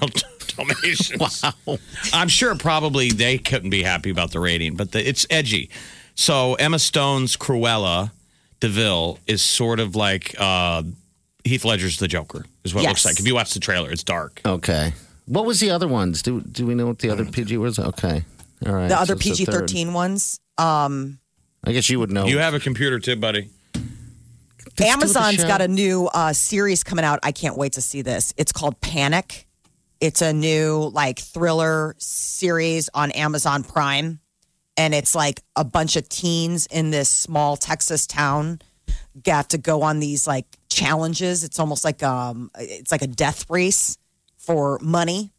S5: Dal- Dalmatians. wow. I'm sure probably they couldn't be happy about the rating, but the, it's edgy. So Emma Stone's Cruella DeVille is sort of like uh, Heath Ledger's The Joker, is what it
S4: Yes.
S5: looks like. If you watch the trailer, it's dark.
S1: Okay. What was the other ones? Do Do we know what the other
S5: Mm.
S1: PG was? Okay. All right.
S4: The other
S1: so it's
S4: PG
S1: the third.
S4: 13 ones. Um,
S1: I guess you would know.
S5: You have a computer too, buddy.
S1: Let's do the
S4: Amazon's
S1: show.
S4: got a new uh, series coming out. I can't wait to see this. It's called Panic. It's a new like thriller series on Amazon Prime, and it's like a bunch of teens in this small Texas town got to go on these like challenges. It's almost like um, it's like a death race for money.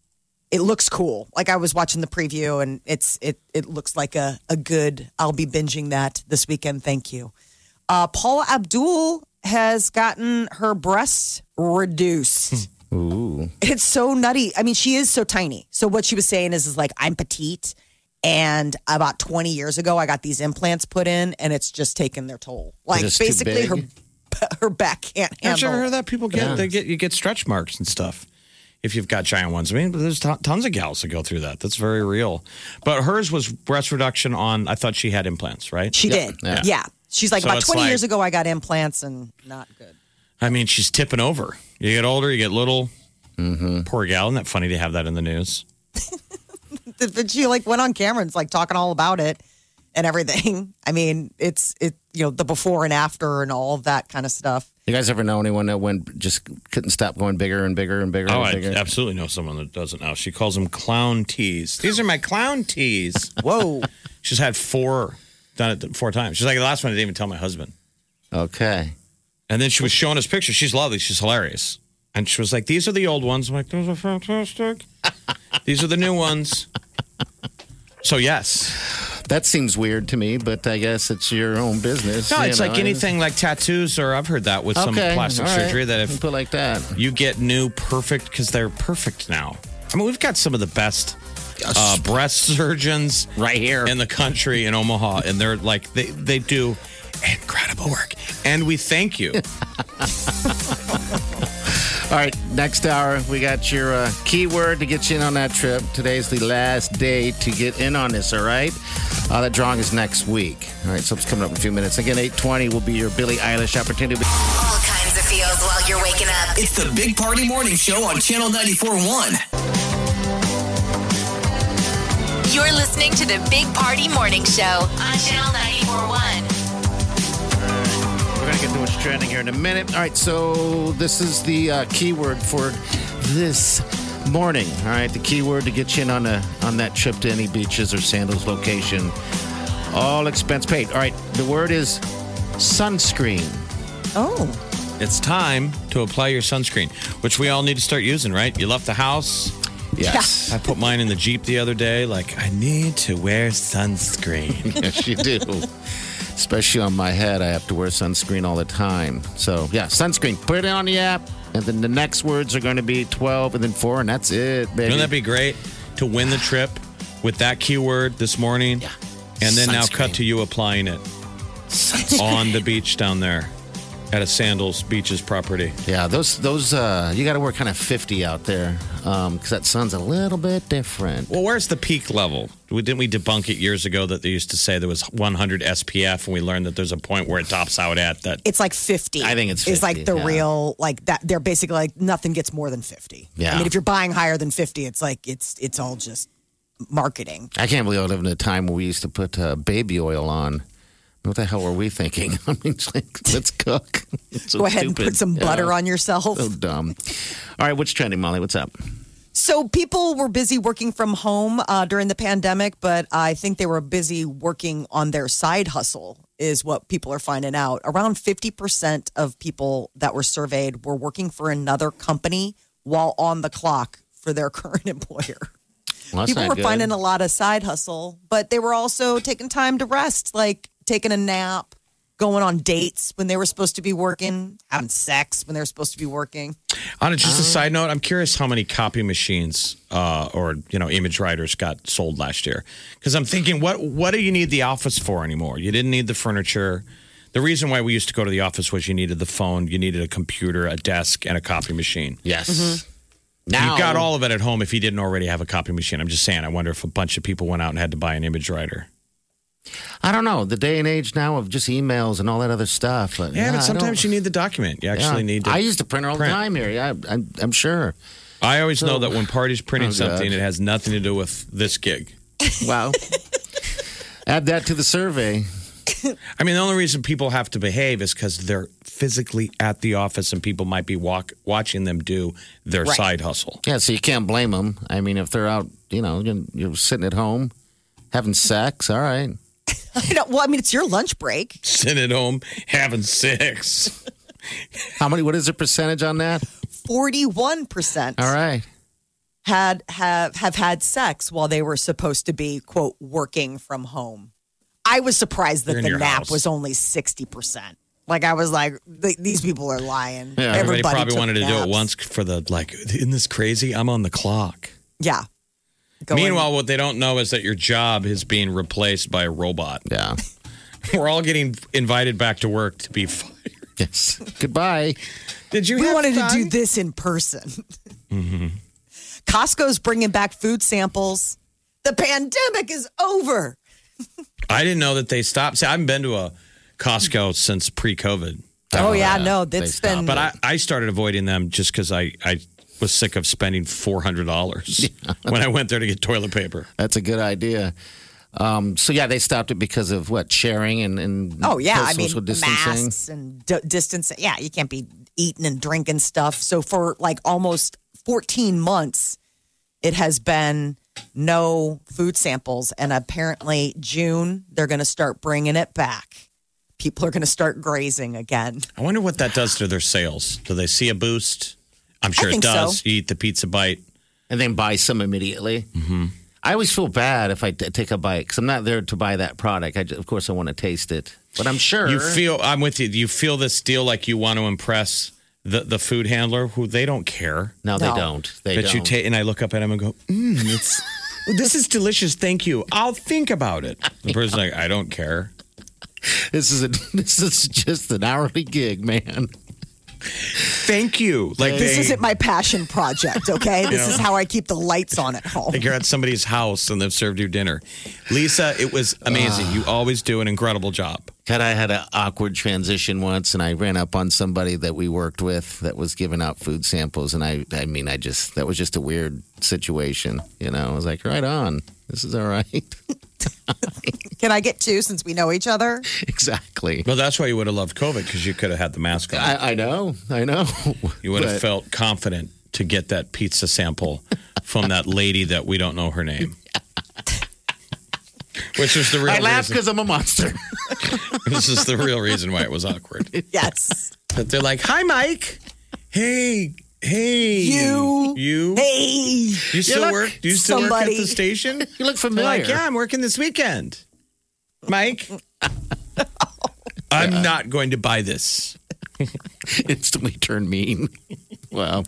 S4: It looks cool. Like I was watching the preview, and it's it it looks like a a good. I'll be binging that this weekend. Thank you. Uh, Paula Abdul has gotten her breasts reduced.
S1: Ooh.
S4: it's so nutty. I mean, she is so tiny. So what she was saying is, is like I'm petite, and about 20 years ago, I got these implants put in, and it's just taken their toll. Like
S1: it's too
S4: basically, her
S1: big?
S4: her back can't
S5: Haven't you ever heard
S4: handle.
S5: of that? People get
S1: Yeah.
S5: they get you get stretch marks and stuff if you've got giant ones. I mean, there's ton tons of gals that go through that. That's very real. But hers was breast reduction on. I thought she had implants, right?
S4: She did. Yeah.
S1: Yeah.
S4: She's like
S5: So
S4: about
S5: it's
S4: 20
S5: like-
S4: years ago, I got implants, and not good.
S5: I mean, she's tipping over. You get older, you get little. Poor gal. Isn't that funny to have that in the news?
S4: But she like went on camera and's like talking all about it and everything. I mean, it's it you know the before and after and all of that kind of stuff.
S1: You guys ever know anyone that went just couldn't stop going bigger and bigger and bigger
S5: Oh,
S1: and
S5: I
S1: bigger?
S5: absolutely know someone that doesn't now. She calls them clown tees. These are my clown tees.
S4: Whoa.
S5: she's had four, done it four times. She's like, the last one I didn't even tell my husband.
S1: okay.
S5: And then she was showing us pictures. She's lovely. She's hilarious. And she was like, "These are the old ones." I'm like, "Those are fantastic. These are the new ones." So yes,
S1: That seems weird to me, but I guess it's your own business.
S5: no,
S1: you
S5: it's
S1: know.
S5: like anything like tattoos, or I've heard that with some
S1: Okay,
S5: plastic
S1: all right.
S5: surgery that if
S1: People like that.
S5: you get new perfect because they're perfect now. I mean, we've got some of the best uh, breast surgeons
S1: Right here.
S5: in the country in Omaha, and they're like they they do incredible work, and we thank you.
S1: All right, next hour, we got your uh, keyword to get you in on that trip. Today's the last day to get in on this, all right? Uh, that drawing is next week. All right, so it's coming up in a few minutes. Again, 820 will be your Billie Eilish opportunity.
S3: All kinds of feels while you're waking up.
S2: It's the Big Party Morning Show on Channel 94.1.
S3: You're listening to the Big Party Morning Show on Channel 941.
S1: We're going to get to what's trending here in a minute. All right, so this is the uh, keyword for this morning. All right, the keyword to get you in on, a, on that trip to any beaches or sandals location. All expense paid. All right, the word is sunscreen.
S4: Oh.
S5: It's time to apply your sunscreen, which we all need to start using, right? You left the house.
S1: Yes.
S5: I put mine in the Jeep the other day. Like, I need to wear sunscreen.
S1: Yes, you do. Especially on my head, I have to wear sunscreen all the time. So, yeah, sunscreen. Put it on the app, and then the next words are going to be 12 and then 4, and that's it, baby.
S5: Wouldn't that be great to win the trip with that keyword this morning? And then now cut
S1: Sunscreen.
S5: to you applying it on the beach down there. at a Sandals Beaches property.
S1: Yeah, those those uh, you got to work kind of fifty out there because that sun's a little bit different.
S5: Well, where's the peak level? We, didn't we debunk it years ago that they used to say there was 100 SPF, and we learned that there's a point where it tops out at that.
S4: It's like 50.
S1: I think it's
S4: Is like
S1: 50,
S4: the
S1: yeah.
S4: real, like that. They're basically like nothing gets more than 50.
S1: Yeah.
S4: I mean, if you're buying higher than 50, it's like it's it's all just marketing.
S1: I can't believe I live in a time where we used to put uh, baby oil on. What the hell were we thinking? I mean, it's like, let's cook. It's so
S4: Go ahead and
S1: stupid.
S4: put some
S1: Yeah.
S4: butter on yourself.
S1: So dumb. All right, what's trending, Molly? What's up?
S4: So people were busy working from home uh, during the pandemic, but I think they were busy working on their side hustle, is what people are finding out. Around 50% of people that were surveyed were working for another company while on the clock for their current employer.
S1: Well, that's
S4: people
S1: not
S4: were
S1: good.
S4: finding a lot of side hustle, but they were also taking time to rest, like taking a nap, going on dates when they were supposed to be working, having sex when they were supposed to be working.
S5: On it, just
S1: Oh.
S5: a side note, I'm curious how many copy machines uh, or you know image writers got sold last year. Because I'm thinking, what what do you need the office for anymore? You didn't need the furniture. The reason why we used to go to the office was you needed the phone, you needed a computer, a desk, and a copy machine.
S1: Yes.
S4: Mm-hmm.
S1: Now
S5: You've got all of it at home if you didn't already have a copy machine. I'm just saying, I wonder if a bunch of people went out and had to buy an image writer.
S1: I don't know the day and age now of just emails and all that other stuff.
S5: Yeah, but sometimes you need the document. You actually need to.
S1: I used to print all
S5: print.
S1: the time, Mary. I, I, I'm sure.
S5: I always know
S1: So-
S5: that when party's printing
S1: Oh, God.
S5: something, it has nothing to do with this gig.
S1: Wow. Add that to the survey.
S5: I mean, the only reason people have to behave is because they're physically at the office and people might be walk, watching them do their side hustle.
S1: Yeah, so you can't blame them. I mean, if they're out, you know, you're, you're sitting at home having sex, all right.
S4: I don't, well, I mean, it's your lunch break.
S5: Sitting at home having sex.
S1: How many, what is the percentage on that?
S4: 41%
S1: All right.
S4: had have have had sex while they were supposed to be quote working from home. I was surprised that
S5: You're in
S4: the
S5: your
S4: nap
S5: house.
S4: was only 60%. Like I was like th- these people are lying.
S1: Yeah,
S5: Everybody, probably
S4: took
S5: wanted to do it
S4: naps.
S5: once for the, like, isn't this crazy? I'm on the clock.
S4: Yeah. Going-
S5: Meanwhile, what they don't know is that your job is being replaced by a robot.
S1: Yeah.
S5: We're all getting invited back to work to be fired.
S1: Yes. Goodbye.
S5: Did you
S4: we
S5: have
S4: wanted
S5: fun?
S4: to do this in person. Costco's bringing back food samples. The pandemic is over.
S5: I didn't know that they stopped. See, I haven't been to a Costco since pre-COVID,
S4: Oh, yeah,
S1: yeah.
S4: no,
S1: They
S4: that's been
S5: but I, I started avoiding them just because I, I was sick of spending four hundred dollars when I went there to get toilet paper.
S1: That's a good idea. Um, so, yeah, they stopped it because of what? Sharing and, and
S4: Oh yeah, I mean
S1: social distancing.
S4: masks and d- distancing. Yeah, you can't be eating and drinking stuff. So for like almost 14 months, it has been no food samples, and apparently June they're going to start bringing it back. People are going to start grazing again.
S5: I wonder what that does to their sales. Do they see a boost? I'm sure
S4: I
S5: it
S4: think so.
S5: does. You eat the pizza bite.
S1: and then buy some immediately. Mm-hmm. I always feel bad if I t- take a bite because I'm not there to buy that product. I ju- of course, I want to taste it, but I'm sure
S5: You feel I'm with you. You feel this deal like you want to impress the, the food handler who they don't care.
S1: no, they
S4: No.
S1: don't. They
S5: that
S1: don't.
S5: you take and I look up at him and go, mm, it's, this is delicious. Thank you. I'll think about it. The person's like, I don't care.
S1: this is a, this is just an hourly gig, man.
S5: Thank you. Like
S4: This
S5: they,
S4: isn't my passion project, okay? This is how I keep the lights on at home.
S5: like you're at somebody's house and they've served you dinner. Lisa, it was amazing.
S4: Ah.
S5: you always do an incredible job.
S1: God, I had an awkward transition once, and I ran up on somebody that we worked with that was giving out food samples, and I, I mean, I just that was just a weird situation, you know. I was like, right on, this is all right,
S4: Can I get two since we know each other?
S1: exactly.
S5: Well, that's why you would have loved COVID because you could have had the mask on.
S1: I, I know, I know.
S5: you would have
S1: but-
S5: felt confident to get that pizza sample from that lady that we don't know her name. Which is the real
S1: I laugh
S5: reason.
S1: because I'm a monster.
S5: This is the real reason why it was awkward.
S4: Yes.
S5: But they're like, "Hi, Mike. Hey, hey,
S4: You.
S5: you,
S4: Hey.
S5: do you still
S1: look
S5: work? Do you still work
S4: somebody.
S5: at the station?"
S1: you look
S5: They're
S1: familiar.
S5: like, "Yeah, I'm working this weekend, Mike." I'm not going to buy this.
S1: instantly turn mean. well,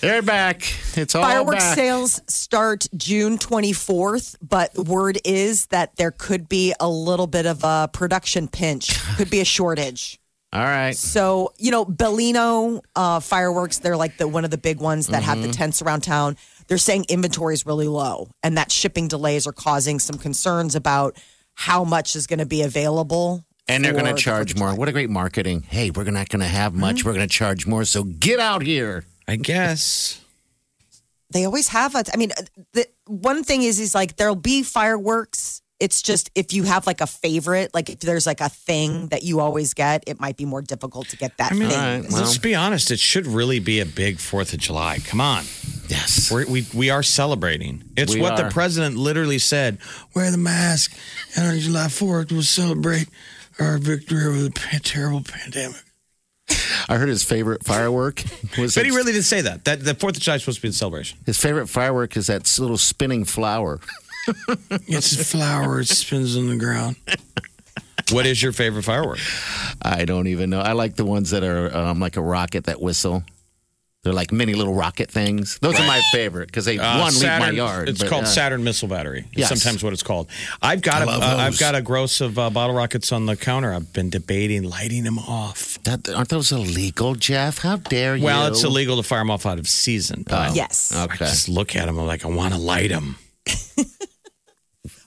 S1: they're back. It's all
S4: Fireworks
S1: back.
S4: sales start June 24th, but word is that there could be a little bit of a production pinch, could be a shortage.
S1: All right.
S4: So, you know, Bellino uh, fireworks, they're like the one of the big ones that have the tents around town. They're saying inventory is really low and that shipping delays are causing some concerns about how much is going to be available.
S1: And they're going to
S4: for the
S1: charge more. What a great marketing. Hey, we're not going to have much.
S5: Mm-hmm.
S1: We're going to charge more. So get out here.
S5: I guess.
S4: they always have a. I mean, uh, the one thing is, is like there'll be fireworks. It's just if you have like a favorite, like if there's like a thing that you always get, it might be more difficult to get that
S5: I mean,
S4: thing.
S1: All right, well.
S5: let's be honest. It should really be a big Fourth of July. Come on,
S1: Yes.
S5: We're, we we are celebrating. It's
S1: We
S5: what
S1: are.
S5: the president literally said.
S9: Wear the mask. And on July 4th, we'll celebrate our victory over the pa- terrible pandemic.
S1: I heard his favorite firework was
S5: But he
S1: that-
S5: really did say that. That the Fourth of July is supposed to be a celebration.
S1: his favorite firework is that little spinning flower.
S9: It's a flower. It spins on the ground.
S5: What is your favorite firework?
S1: I don't even know. I like the ones that are um, like a rocket that whistle. They're like mini little rocket things. Those are my favorite because they
S5: Uh,
S1: one
S5: Saturn-
S1: leave my yard.
S5: It's
S1: but,
S5: called
S1: uh,
S5: Saturn missile battery. It's
S1: Yes.
S5: Sometimes what it's called. I've got a,
S9: love
S5: uh, I've
S9: those.
S5: got a gross of uh, bottle rockets on the counter. I've been debating lighting them off.
S1: That, aren't those illegal, Jeff? How dare you?
S5: Well, it's illegal to fire them off out of season. But
S4: Yes.
S5: I
S1: Okay.
S5: just look at them. I'm like, I want to light them.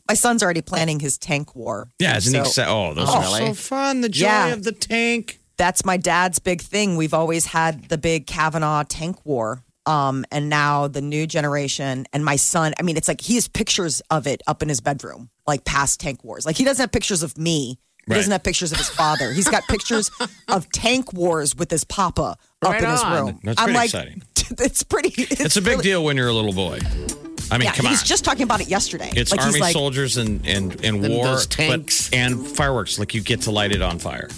S4: My son's already planning his tank war.
S5: Yeah, isn't he?
S4: So-
S5: exci- Oh, those
S1: Oh,
S5: are
S1: really?
S5: so fun. The joy
S4: Yeah.
S5: of the tank.
S4: that's my dad's big thing. We've always had the big Kavanaugh tank war. Um, and now the new generation and my son, I mean, it's like he has pictures of it up in his bedroom, like past tank wars. Like he doesn't have pictures of me. He doesn't
S5: Right.
S4: have pictures of his father. He's got pictures of tank wars with his papa up
S1: Right
S4: in his
S1: on.
S4: room.
S5: That's
S4: I'm
S5: pretty
S4: like,
S5: exciting.
S4: it's pretty. It's,
S5: It's a big
S4: really-
S5: deal when you're a little boy. I mean,
S4: Yeah,
S5: come on.
S4: he's just talking about it yesterday.
S5: it's
S4: like
S5: army
S4: he's like,
S5: soldiers and and and war,
S1: those
S5: but-
S1: tanks.
S5: and fireworks. Like you get to light it on fire.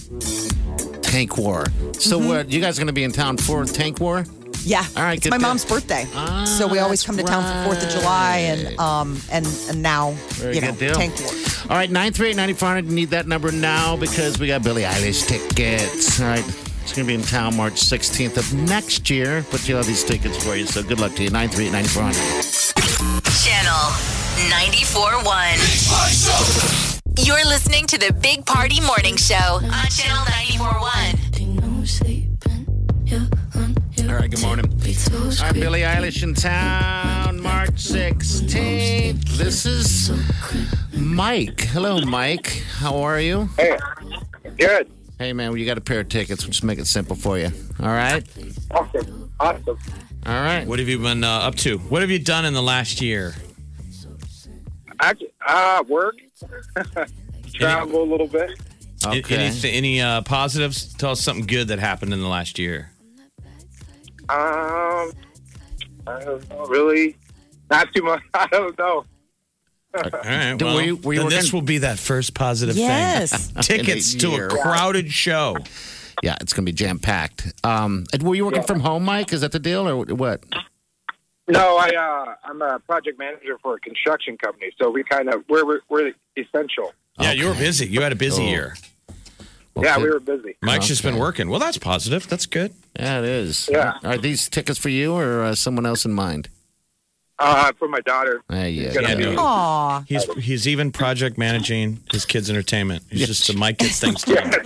S1: tank war. So
S5: Mm-hmm.
S1: what? You guys going to be in town for tank war?
S4: Yeah.
S1: All right,
S4: It's
S1: good
S4: my
S1: thing.
S4: mom's birthday. so we always come to town for Fourth of July and um and, and now
S1: Very
S4: you know
S1: good deal.
S4: tank war.
S1: All right, 938-9400. Need that number now because we got Billie Eilish tickets. All right. It's going to be in town March 16th of next year, but you'll have these tickets for you. So good luck to you. 938-9400.
S3: Channel 94.1. You're listening to the Big Party Morning Show on Channel 94.1.
S1: All right, good morning. All right, Billie Eilish in town March 16th. This is Mike. Hello, Mike. How are you?
S10: Hey, good.
S1: Hey, man, well, you got a pair of tickets. We'll just make it simple for you. All right?
S10: Awesome. Awesome.
S1: All right.
S5: What have you been uh, up to? What have you done in the last year?
S10: I uh, work, travel a little bit.
S5: A-
S1: Okay.
S5: Any, any uh, positives? Tell us something good that happened in the last year.
S10: Um, I don't know, really. Not too much. I don't know.
S5: All right.
S1: Dude,
S5: Well,
S1: were you- were you
S5: then this
S1: working-
S5: will be that first positive
S4: Yes.
S5: thing. Tickets
S1: In a
S5: to
S1: year.
S5: a crowded show.
S1: Yeah, it's going to be jam-packed. Um, and were you working from home, Mike? Is that the deal or what?
S10: No, I uh, I'm a project manager for a construction company, so we kind of we're we're, we're essential.
S5: Yeah, you were busy. You had a busy
S1: Cool.
S5: year.
S1: Well,
S10: yeah,
S1: good.
S10: we were busy.
S5: Mike's just been
S1: Okay.
S5: working. Well, that's positive. That's good.
S1: Yeah, it is.
S10: Yeah.
S1: Are these tickets for you or uh, someone else in mind?
S10: Uh, for my daughter.
S1: Uh, yeah.
S10: Gonna
S5: Yeah,
S10: be-
S5: no.
S4: Aw.
S5: He's he's even project managing his kids' entertainment. He's just a Mike gets things done.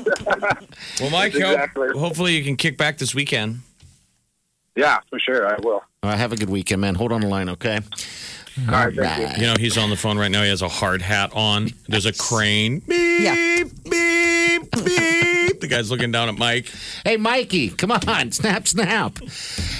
S5: Well, Mike, hope-
S10: Exactly.
S5: hopefully you can kick back this weekend.
S10: Yeah, for sure. I will.
S1: All right, have a good weekend, man. Hold on the line, okay?
S10: All right, thank you.
S5: You know, he's on the phone right now. He has a hard hat on. There's a crane. Beep,
S4: Yeah.
S5: beep, beep. The guy's looking down at Mike.
S1: Hey, Mikey, come on, snap, snap.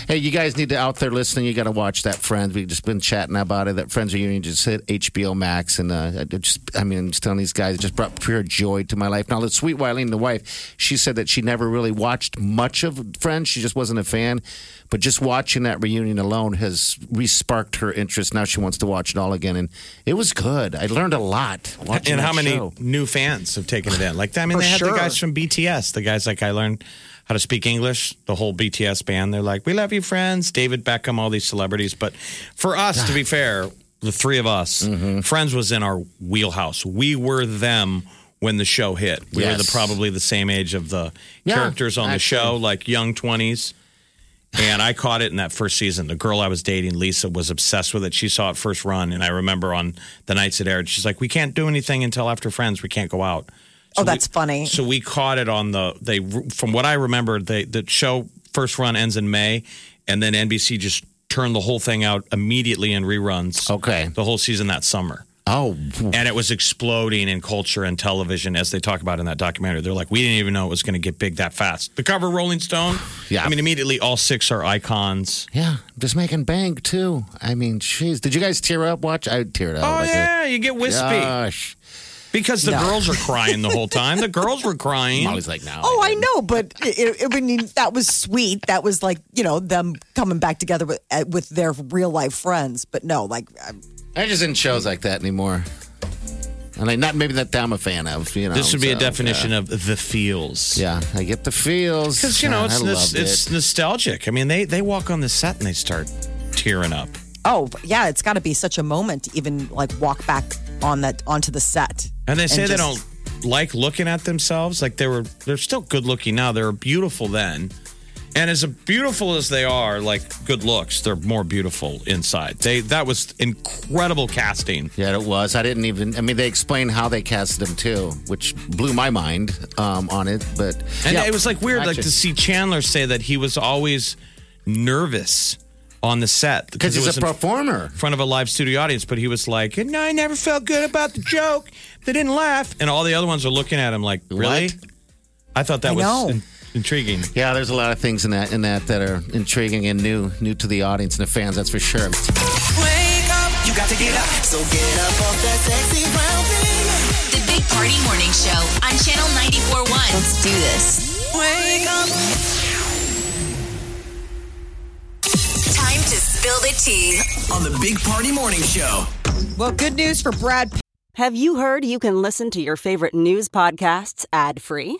S1: Hey, you guys need to out there listening. You got to watch that Friends. We've just been chatting about it. That Friends reunion just hit HBO Max, and uh, I just, I mean, just telling these guys, it just brought pure joy to my life. Now, the sweet Wileen, the wife, she said that she never really watched much of Friends. She just wasn't a fan, but just watching that reunion alone has re-sparked her interest. Now she wants to watch it all again, and it was good. I learned a lot. Watching
S5: and how
S1: that
S5: many
S1: show.
S5: new fans have taken it in? Like, I mean,
S4: For
S5: they had
S4: sure.
S5: the guys from BTS. The guys like I learned how to speak English. The whole BTS band. They're like, "We love you, friends." David Beckham, all these celebrities. But for us, to be fair, the three of us,
S1: Mm-hmm.
S5: Friends was in our wheelhouse. We were them when the show hit. We were
S1: Yes.
S5: the, probably the same age of the
S1: Yeah,
S5: characters on the show, like young twenties. And I caught it in that first season. The girl I was dating, Lisa, was obsessed with it. She saw it first run, and I remember on the nights it aired, she's like, "We can't do anything until after Friends. We can't go out."
S4: oh, that's funny.
S5: So we caught it on the they from what I remember, they the show first run ends in May, and then NBC just turned the whole thing out immediately in reruns.
S1: Okay,
S5: the whole season that summer.
S1: Oh,
S5: and it was exploding in culture and television, as they talk about in that documentary. They're like, we didn't even know it was going to get big that fast. The cover of Rolling Stone.
S1: Yeah.
S5: I mean, immediately all six are icons.
S1: Yeah, just making bank too. I mean, jeez, did you guys tear up? Watch, I teared up.
S5: Oh
S1: like
S5: yeah,
S1: a-
S5: you get wispy
S1: Gosh.
S5: because the
S1: No.
S5: girls are crying the whole time. The girls were crying.
S1: I'm always like, no.
S4: Oh, I know, but it, it, I mean, that was sweet. That was like you know them coming back together with uh, with their real life friends. But no, like I'm,
S1: I just didn't shows like that anymore. And I not maybe that I'm a fan of. You know,
S5: this would be a
S1: so,
S5: definition of the feels.
S1: Yeah. yeah, I get the feels
S5: Because you know
S1: Yeah,
S5: it's
S1: I
S5: nos-
S1: loved
S5: it's
S1: it.
S5: nostalgic. I mean, they they walk on the set and they start tearing up.
S4: oh yeah, it's got to be such a moment to even like walk back on that onto the set.
S5: And they say they
S4: just-
S5: don't like looking at themselves. Like they were, they're still good looking now. They were beautiful then, and as beautiful as they are, like good looks, they're more beautiful inside. They that was incredible casting.
S1: Yeah, it was. I didn't even. I mean, they explained how they cast them too, which blew my mind um, on it. But
S5: And
S1: yeah,
S5: it was like weird, like
S1: watch
S5: to
S1: it.
S5: see Chandler say that he was always nervous on the set
S1: because
S5: it
S1: he's
S5: was
S1: a
S5: in
S1: performer.
S5: front of a live studio audience, but he was like, "No, I never felt good about the joke. They didn't laugh." And all the other ones are looking at him like, "Really?" I thought that
S4: I
S5: was
S4: know.
S5: in- intriguing.
S1: Yeah, there's a lot of things in that in that that are intriguing and new new to the audience and the fans. That's for sure.
S2: Wake up. You got to get up. So get up off that sexy brown thing.
S3: The Big Party Morning Show on Channel 94.1. Let's do this.
S2: Wake up.
S3: Time to spill the tea.
S2: On the Big Party Morning Show.
S4: Well, good news for Brad Pitt.
S7: Have you heard you can listen to your favorite news podcasts ad free?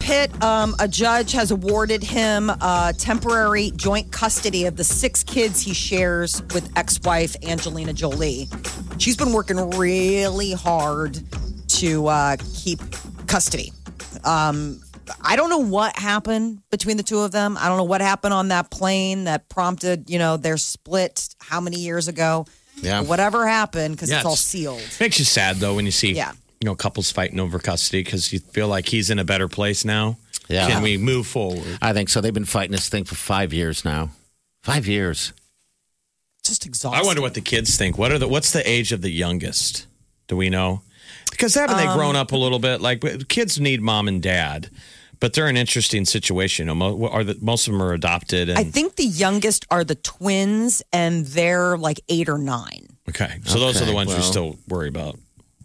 S4: Pitt, um, a judge has awarded him uh, temporary joint custody of the six kids he shares with ex-wife Angelina Jolie. She's been working really hard to uh, keep custody. Um, I don't know what happened between the two of them. I don't know what happened on that plane that prompted, you know, their split how many years ago.
S5: Yeah.
S4: Whatever happened, because
S5: Yes.
S4: it's all sealed.
S5: Makes you sad though when you see
S4: Yeah.
S5: you know couples fighting over custody because you feel like he's in a better place now.
S1: Yeah.
S5: Can we move forward?
S1: I think so. They've been fighting this thing for five years now. Five years.
S4: Just exhausting.
S5: I wonder what the kids think. What are the what's the age of the youngest? Do we know? Because
S4: Um,
S5: haven't they grown up a little bit? Like kids need mom and dad, but they're an interesting situation. You know, mo- Are the, most of them are adopted? And,
S4: I think the youngest are the twins, and they're like eight or nine.
S5: okay, so those are
S1: Okay,
S5: the ones you
S1: well.
S5: still worry about.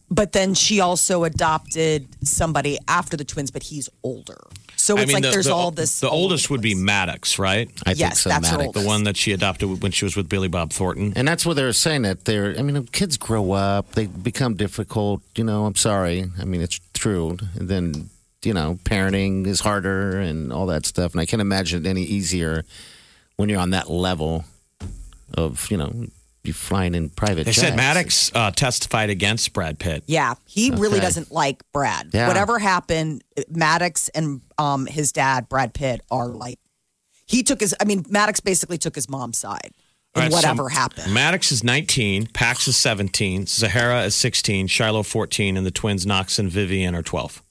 S4: But then she also adopted somebody after the twins, but he's older. So it's
S5: I mean,
S4: like
S5: the-
S4: there's
S5: the-
S4: all this.
S5: The oldest would be Maddox, right?
S1: I think Yes, so, that's her Maddox.
S5: the one that she adopted when she was with Billy Bob Thornton.
S1: And that's what they're saying that they're. I mean, kids grow up. They become difficult. You know, I'm sorry. I mean, it's true. And then you know, parenting is harder and all that stuff. And I can't imagine it any easier when you're on that level of you know, you flying in private.
S5: They
S1: jets.
S5: said Maddox uh, testified against Brad Pitt.
S4: Yeah, he really
S1: Okay.
S4: doesn't like Brad.
S5: Yeah.
S4: Whatever happened, Maddox and um, his dad, Brad Pitt, are like. He took his. I mean, Maddox basically took his mom's side.
S5: All
S4: in
S5: right, so
S4: whatever happened.
S5: Maddox is 19, Pax is 17, Zahara is 16, Shiloh 14, and the twins Knox and Vivian are 12.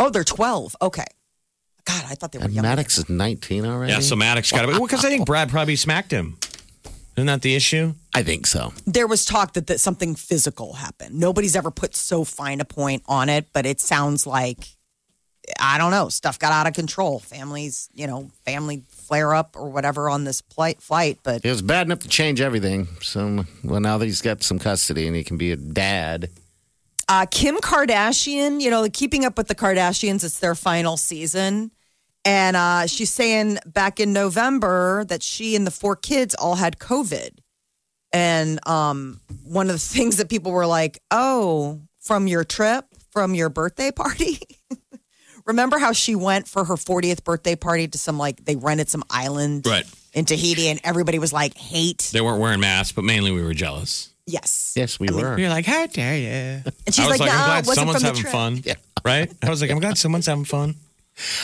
S4: Oh, they're twelve. Okay. God, I thought they were
S1: And
S4: young.
S1: Maddox is 19 already.
S5: Yeah, so Maddox got to be. Because I think Brad probably smacked him. Isn't that the issue?
S1: I think so.
S4: there was talk that, that something physical happened. Nobody's ever put so fine a point on it, but it sounds like I don't know, stuff got out of control. Families, you know, family flare up or whatever on this pli- flight. But
S1: It was bad enough to change everything. So, well, now that he's got some custody and he can be a dad.
S4: uh, Kim Kardashian, you know, keeping up with the Kardashians, it's their final season. And uh, she's saying back in November that she and the four kids all had COVID. And um, one of the things that people were like, oh, from your trip, from your birthday party? Remember how she went for her 40th birthday party to some like, they rented some island
S5: Right.
S4: in Tahiti and everybody was like, hate.
S5: They weren't wearing masks, but mainly we were jealous.
S4: Yes.
S1: Yes, we
S5: were.
S9: You're
S5: like, how dare you?
S4: And she's
S5: I was
S4: like,
S5: like,
S4: "Nah,
S5: I'm
S4: it
S5: glad
S4: wasn't
S5: someone's
S4: from the
S5: having
S4: trip."
S5: fun. Right? I was like, I'm glad someone's having fun.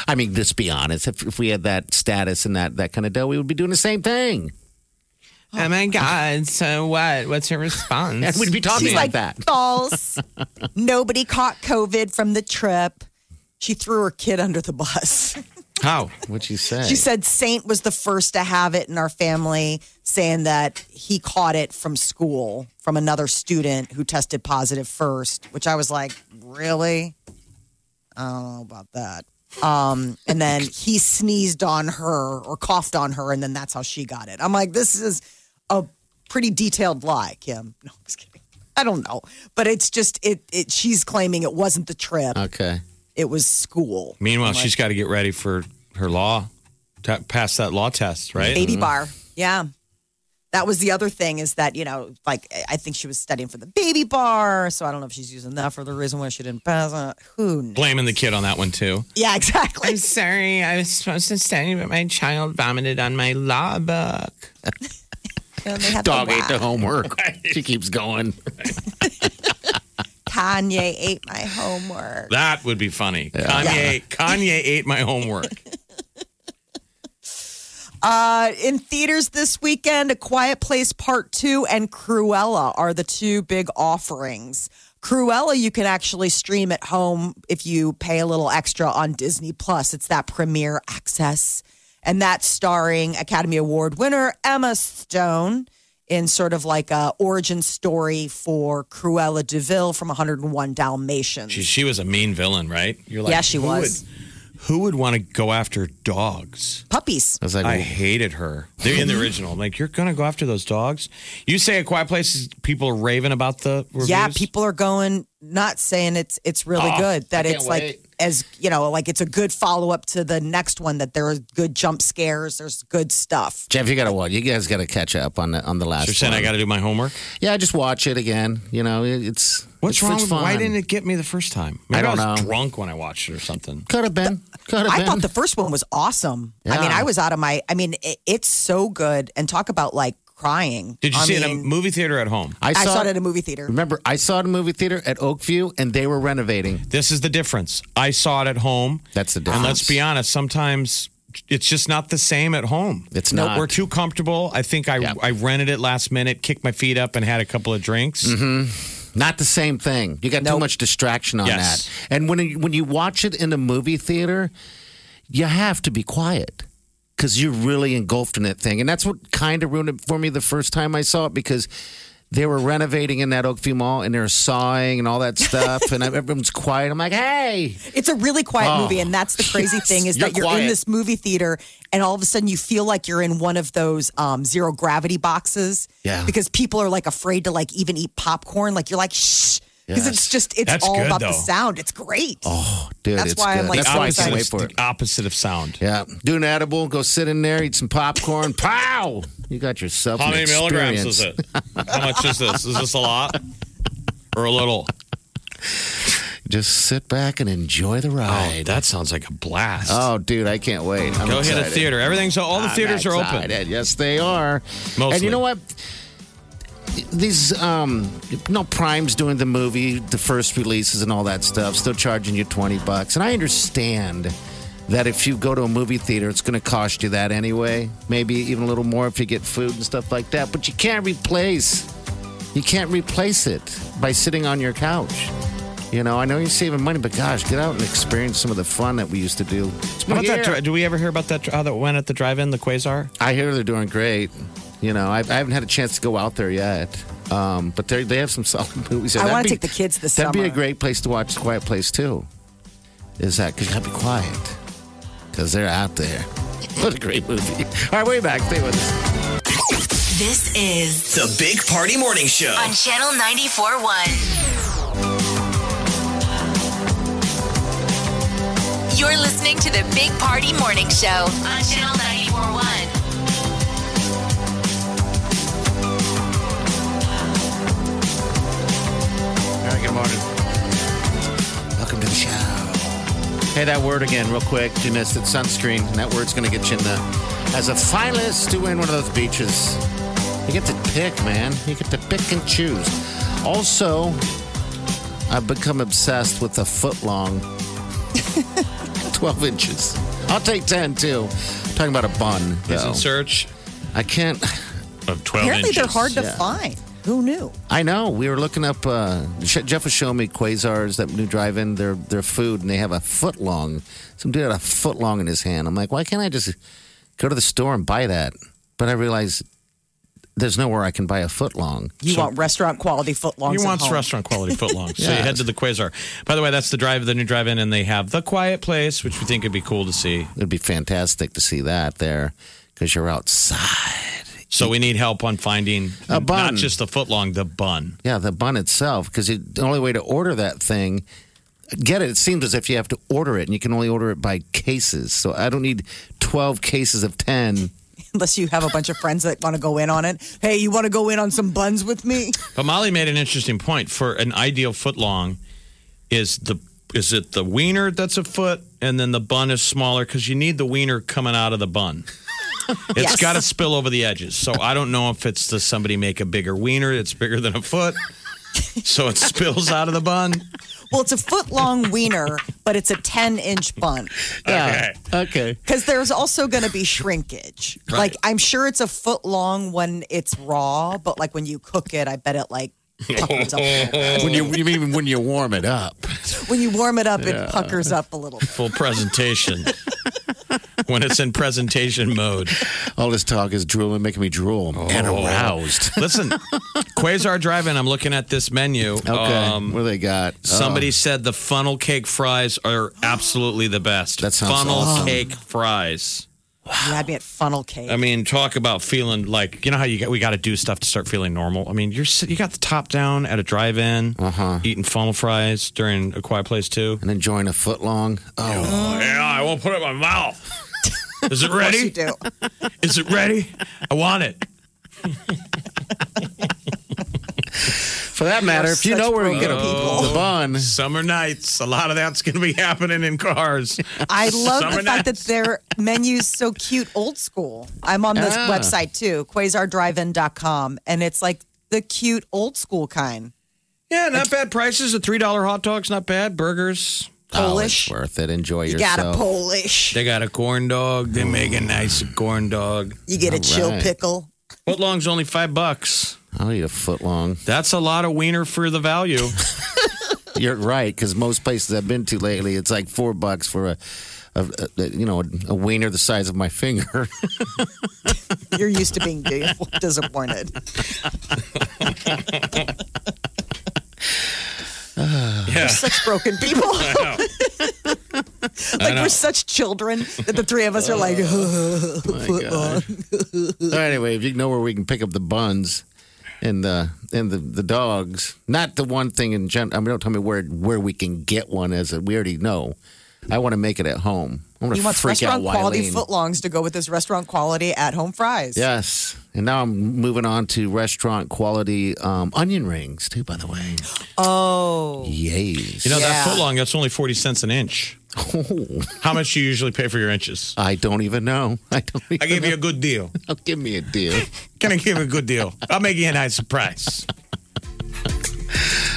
S1: I mean, let's be honest. If, if we had that status and that, that kind of dough, we would be doing the same thing.
S11: Oh my God. So what? What's your response?
S1: And we'd be talking
S4: She's
S1: like,
S4: like,
S1: that.
S4: false. Nobody caught COVID from the trip. She threw her kid under the bus.
S1: How? What'd you say?
S4: She said Saint was the first to have it in our family, saying that he caught it from school from another student who tested positive first, which I was like, really? I don't know about that. Um, and then he sneezed on her or coughed on her, and then that's how she got it. I'm like, this is a pretty detailed lie, Kim. No, I'm just kidding. I don't know, but it's just it. it she's claiming it wasn't the trip;
S1: Okay.
S4: it was school.
S5: Meanwhile,
S4: I'm like,
S5: she's got to get ready for her law, to pass that law test, right?
S4: Baby
S1: Mm.
S4: bar. Yeah. That was the other thing is that, you know, like I think she was studying for the baby bar. So I don't know if she's using that for the reason why she didn't pass. Uh, who kn-
S5: Blaming the kid on that one, too.
S4: Yeah, exactly.
S11: I'm sorry. I was supposed to study, but my child vomited on my law book.
S4: And they have
S1: Dog
S4: the
S1: ate the
S4: whack.
S1: homework. She keeps going.
S4: Kanye ate my homework.
S5: That would be funny. Kanye, Kanye ate my homework.
S4: Uh, in theaters this weekend, A Quiet Place Part 2 and Cruella are the two big offerings. Cruella, you can actually stream at home if you pay a little extra on Disney Plus. It's that premiere access. And that's starring Academy Award winner Emma Stone in sort of like a origin story for Cruella DeVille from 101 Dalmatians.
S5: She, she was a mean villain, right? You're
S4: Yeah, she
S5: who
S4: was.
S5: Would, who would want to go after dogs?
S4: Puppies.
S5: I was like, I hated her. They're in the original. I'm like, you're gonna go after those dogs? You say a quiet place is people are raving about the reviews?
S4: Yeah, people are going not saying it's it's really
S5: Oh,
S4: good. That
S5: I can't
S4: it's like
S5: wait.
S4: as you know, like it's a good follow up to the next one. That there are good jump scares. There's good stuff.
S1: Jeff, you got to watch. You guys got to catch up on the on the last.
S5: You're saying I got to do my homework.
S1: Yeah, just watch it again. You know, it- it's
S5: What's
S1: it's,
S5: wrong?
S1: It's
S5: with,
S1: fun.
S5: why didn't it get me the first time?
S1: I
S5: Maybe I,
S1: don't
S5: was
S1: know.
S5: drunk when I watched it or something.
S1: Could have been. Could have
S4: I
S1: been.
S4: thought the first one was awesome. I mean,
S5: Yeah.
S4: I was out of my. I mean, it, it's so good. And talk about like crying.
S5: Did you
S4: I
S5: see it in a
S4: mean,
S5: movie theater at home?
S4: I, saw, it at a movie theater.
S1: Remember, I saw it in a movie theater at Oakview, and they were renovating.
S5: This is the difference. I saw it at home.
S1: That's the
S5: And
S1: difference.
S5: let's be honest, sometimes it's just not the same at home.
S1: It's
S5: No,
S1: not.
S5: We're too comfortable. I think I I rented it last minute, kicked my feet up, and had a couple of drinks.
S1: Mm-hmm. Not the same thing. You got too much distraction on
S5: Yes.
S1: that. And when you, when you watch it in a movie theater, you have to be quiet because you're really engulfed in that thing. And that's what kind of ruined it for me the first time I saw it because they were renovating in that Oakview Mall and they were sawing and all that stuff. and everyone's quiet. I'm like, hey.
S4: It's a really quiet
S1: Oh.
S4: movie, and that's the crazy thing is
S1: You're
S4: that you're in
S1: quiet.
S4: this movie theater, and all of a sudden you feel like you're in one of those um, zero gravity boxes.
S1: Yeah.
S4: because people are like afraid to like even eat popcorn. Like you're like shh, because it's
S5: Yes.
S4: just it's
S5: That's
S4: all
S5: good,
S4: about the
S5: though.
S4: sound. It's great.
S1: Oh, dude,
S4: That's
S1: it's
S4: why I'm
S1: good.
S4: like
S1: That's
S4: so
S1: why I
S4: excited.
S1: can't wait for it.
S5: The opposite of sound.
S1: Yeah, do an edible, go sit in there, eat some popcorn. Pow! You got yourself.
S5: How
S1: an
S5: many milligrams
S1: experience.
S5: is it? How much is this? Is this a lot or a little?
S1: Just sit back and enjoy
S5: Oh,
S1: the ride.
S5: that sounds like a blast.
S1: Oh, dude, I can't wait. I'm
S5: Go hit a
S1: excited.
S5: theater. Everything's all the
S1: I'm
S5: theaters are open.
S1: excited. Yes, they are. And you
S5: Mostly.
S1: know what? These um no Prime's doing the movie, the first releases and all that stuff, still charging you twenty bucks. And I understand that if you go to a movie theater, it's gonna cost you that anyway. Maybe even a little more if you get food and stuff like that. But you can't replace you can't replace it by sitting on your couch. You know, I know you're saving money, but gosh, get out and experience some of the fun that we used to do. It's
S5: How
S1: been
S5: about
S1: a
S5: that?
S1: year.
S5: dri- Do we ever hear about that? How that went at the drive-in, the Quasar?
S1: I hear they're doing great. You know, I've, I haven't had a chance to go out there yet, um, but they they have some solid movies. there.
S4: I
S1: That'd
S4: want to
S1: be-
S4: take the kids this
S1: That'd be
S4: summer.
S1: a great place to watch Quiet Place too. is that you gotta be quiet because they're out there. What a great movie! All right, way back. Stay with us.
S3: This is
S2: The Big Party Morning Show.
S3: on Channel 94.1. You're listening to the Big Party Morning Show on Channel 94.1.
S1: All right, good morning. Welcome to the show. Hey, that word again, real quick. You missed it. Sunscreen. And that word's going to get you in the as a finalist to win one of those beaches. You get to pick, man. You get to pick and choose. Also, I've become obsessed with a foot long, 12 inches. I'll take 10 too. I'm talking about a bun.
S5: Is it
S1: though.
S5: search?
S1: I can't. Of 12
S4: Oh. Apparently, they're hard to find. Who knew?
S1: I know. We were looking up. Uh, Je- Jeff was showing me Quasar's that new drive-in. Their their food, and they have a foot long. Some dude had a foot long in his hand. I'm like, why can't I just go to the store and buy that? But I realize there's nowhere I can buy a foot long.
S4: You want restaurant quality footlongs.
S5: You
S4: at
S5: want
S4: home.
S5: restaurant quality footlong. So you
S1: Yeah.
S5: head to the Quasar. By the way, that's the drive, the new drive-in, and they have the Quiet Place, which we think would be cool to see.
S1: It'd be fantastic to see that there because you're outside.
S5: So we need help on finding
S1: A bun.
S5: not just the footlong, the bun.
S1: Yeah, the bun itself, because it, the only way to order that thing, get it. It seems as if you have to order it, and you can only order it by cases. So I don't need 12 cases of 10.
S4: Unless you have a bunch of friends that want to go in on it. Hey, you want to go in on some buns with me?
S5: But Molly made an interesting point. For an ideal footlong, is the is it the wiener that's a foot, and then the bun is smaller because you need the wiener coming out of the bun. It's
S4: Yes.
S5: got to spill over the edges. So I don't know if it's does somebody make a bigger wiener that's bigger than a foot, so it spills out of the bun.
S4: Well, it's a foot long wiener, but it's a 10 inch bun.
S1: Yeah. Okay.
S4: Because there's also going to be shrinkage.
S1: Right.
S4: Like, I'm sure it's a foot long when it's raw, but like when you cook it, I bet it like puckers up. a little.
S1: when you, you mean when you warm it up?
S4: when you warm it up,
S5: Yeah.
S4: it puckers up a little.
S5: Full presentation. when it's in presentation mode.
S1: All this talk is drooling, making me drool and aroused.
S5: Listen, Quasar Drive-In. I'm looking at this menu. Um, Okay,
S1: what do they got?
S5: Somebody said the funnel cake fries are absolutely the best. That
S1: sounds
S5: funnel
S1: awesome.
S5: cake fries.
S4: You had me at funnel cake.
S5: I mean, talk about feeling like you know how you got, we got to do stuff to start feeling normal. I mean, you're sit- you got the top down at a drive-in, uh-huh. eating funnel fries during a quiet place too,
S1: Oh, and enjoying a foot long. Oh,
S5: yeah, I won't put it in my mouth. Is it
S1: Of course
S5: ready?
S1: you do.
S5: Is it ready? I want it.
S1: For that matter, if you know where to get a, the bun,
S5: summer nights, a lot of that's going to be happening in cars.
S4: I love
S5: Summer
S4: the fact
S5: nights.
S4: that their menu's so cute, old school. I'm on this
S5: Yeah.
S4: website too, quasardrivein.com, and it's like the cute, old school kind.
S5: Yeah, not bad prices. A three dollar hot dog's not bad. Burgers,
S1: oh, it's worth it. Enjoy
S4: You
S1: yourself.
S4: got a Polish.
S5: They got a corn dog. They make a nice corn dog.
S4: You get a
S5: All
S4: chill
S5: right.
S4: pickle.
S5: Foot long's only five bucks.
S1: I'll eat a foot long.
S5: That's a lot of wiener for the value.
S1: You're right, because most places I've been to lately, it's like four bucks for a, a, a you know, a, wiener the size of my finger.
S4: You're used to being dis- disappointed. We're such broken people.
S1: I
S4: like
S1: know.
S4: we're such children that the three of us are like, foot long.
S1: So anyway, if you know where we can pick up the buns and the and the, the dogs, not the one thing in general. I mean, don't tell me where where we can get one. As a, we already know, I want to make it at home. I want
S4: You
S1: to
S4: want
S1: freak out
S4: restaurant quality
S1: Wileen.
S4: footlongs to go with this restaurant quality at home fries.
S1: Yes, and now I'm moving on to restaurant quality um, onion rings too. By the way,
S4: Oh.
S1: yays.
S5: You know that foot long. That's only forty cents an inch. How much do you usually pay for your inches?
S1: Oh, I don't even know. I don't. Even
S5: I give you a good deal.
S1: give me a deal.
S5: Can I give you a good deal? I'll make you a nice surprise.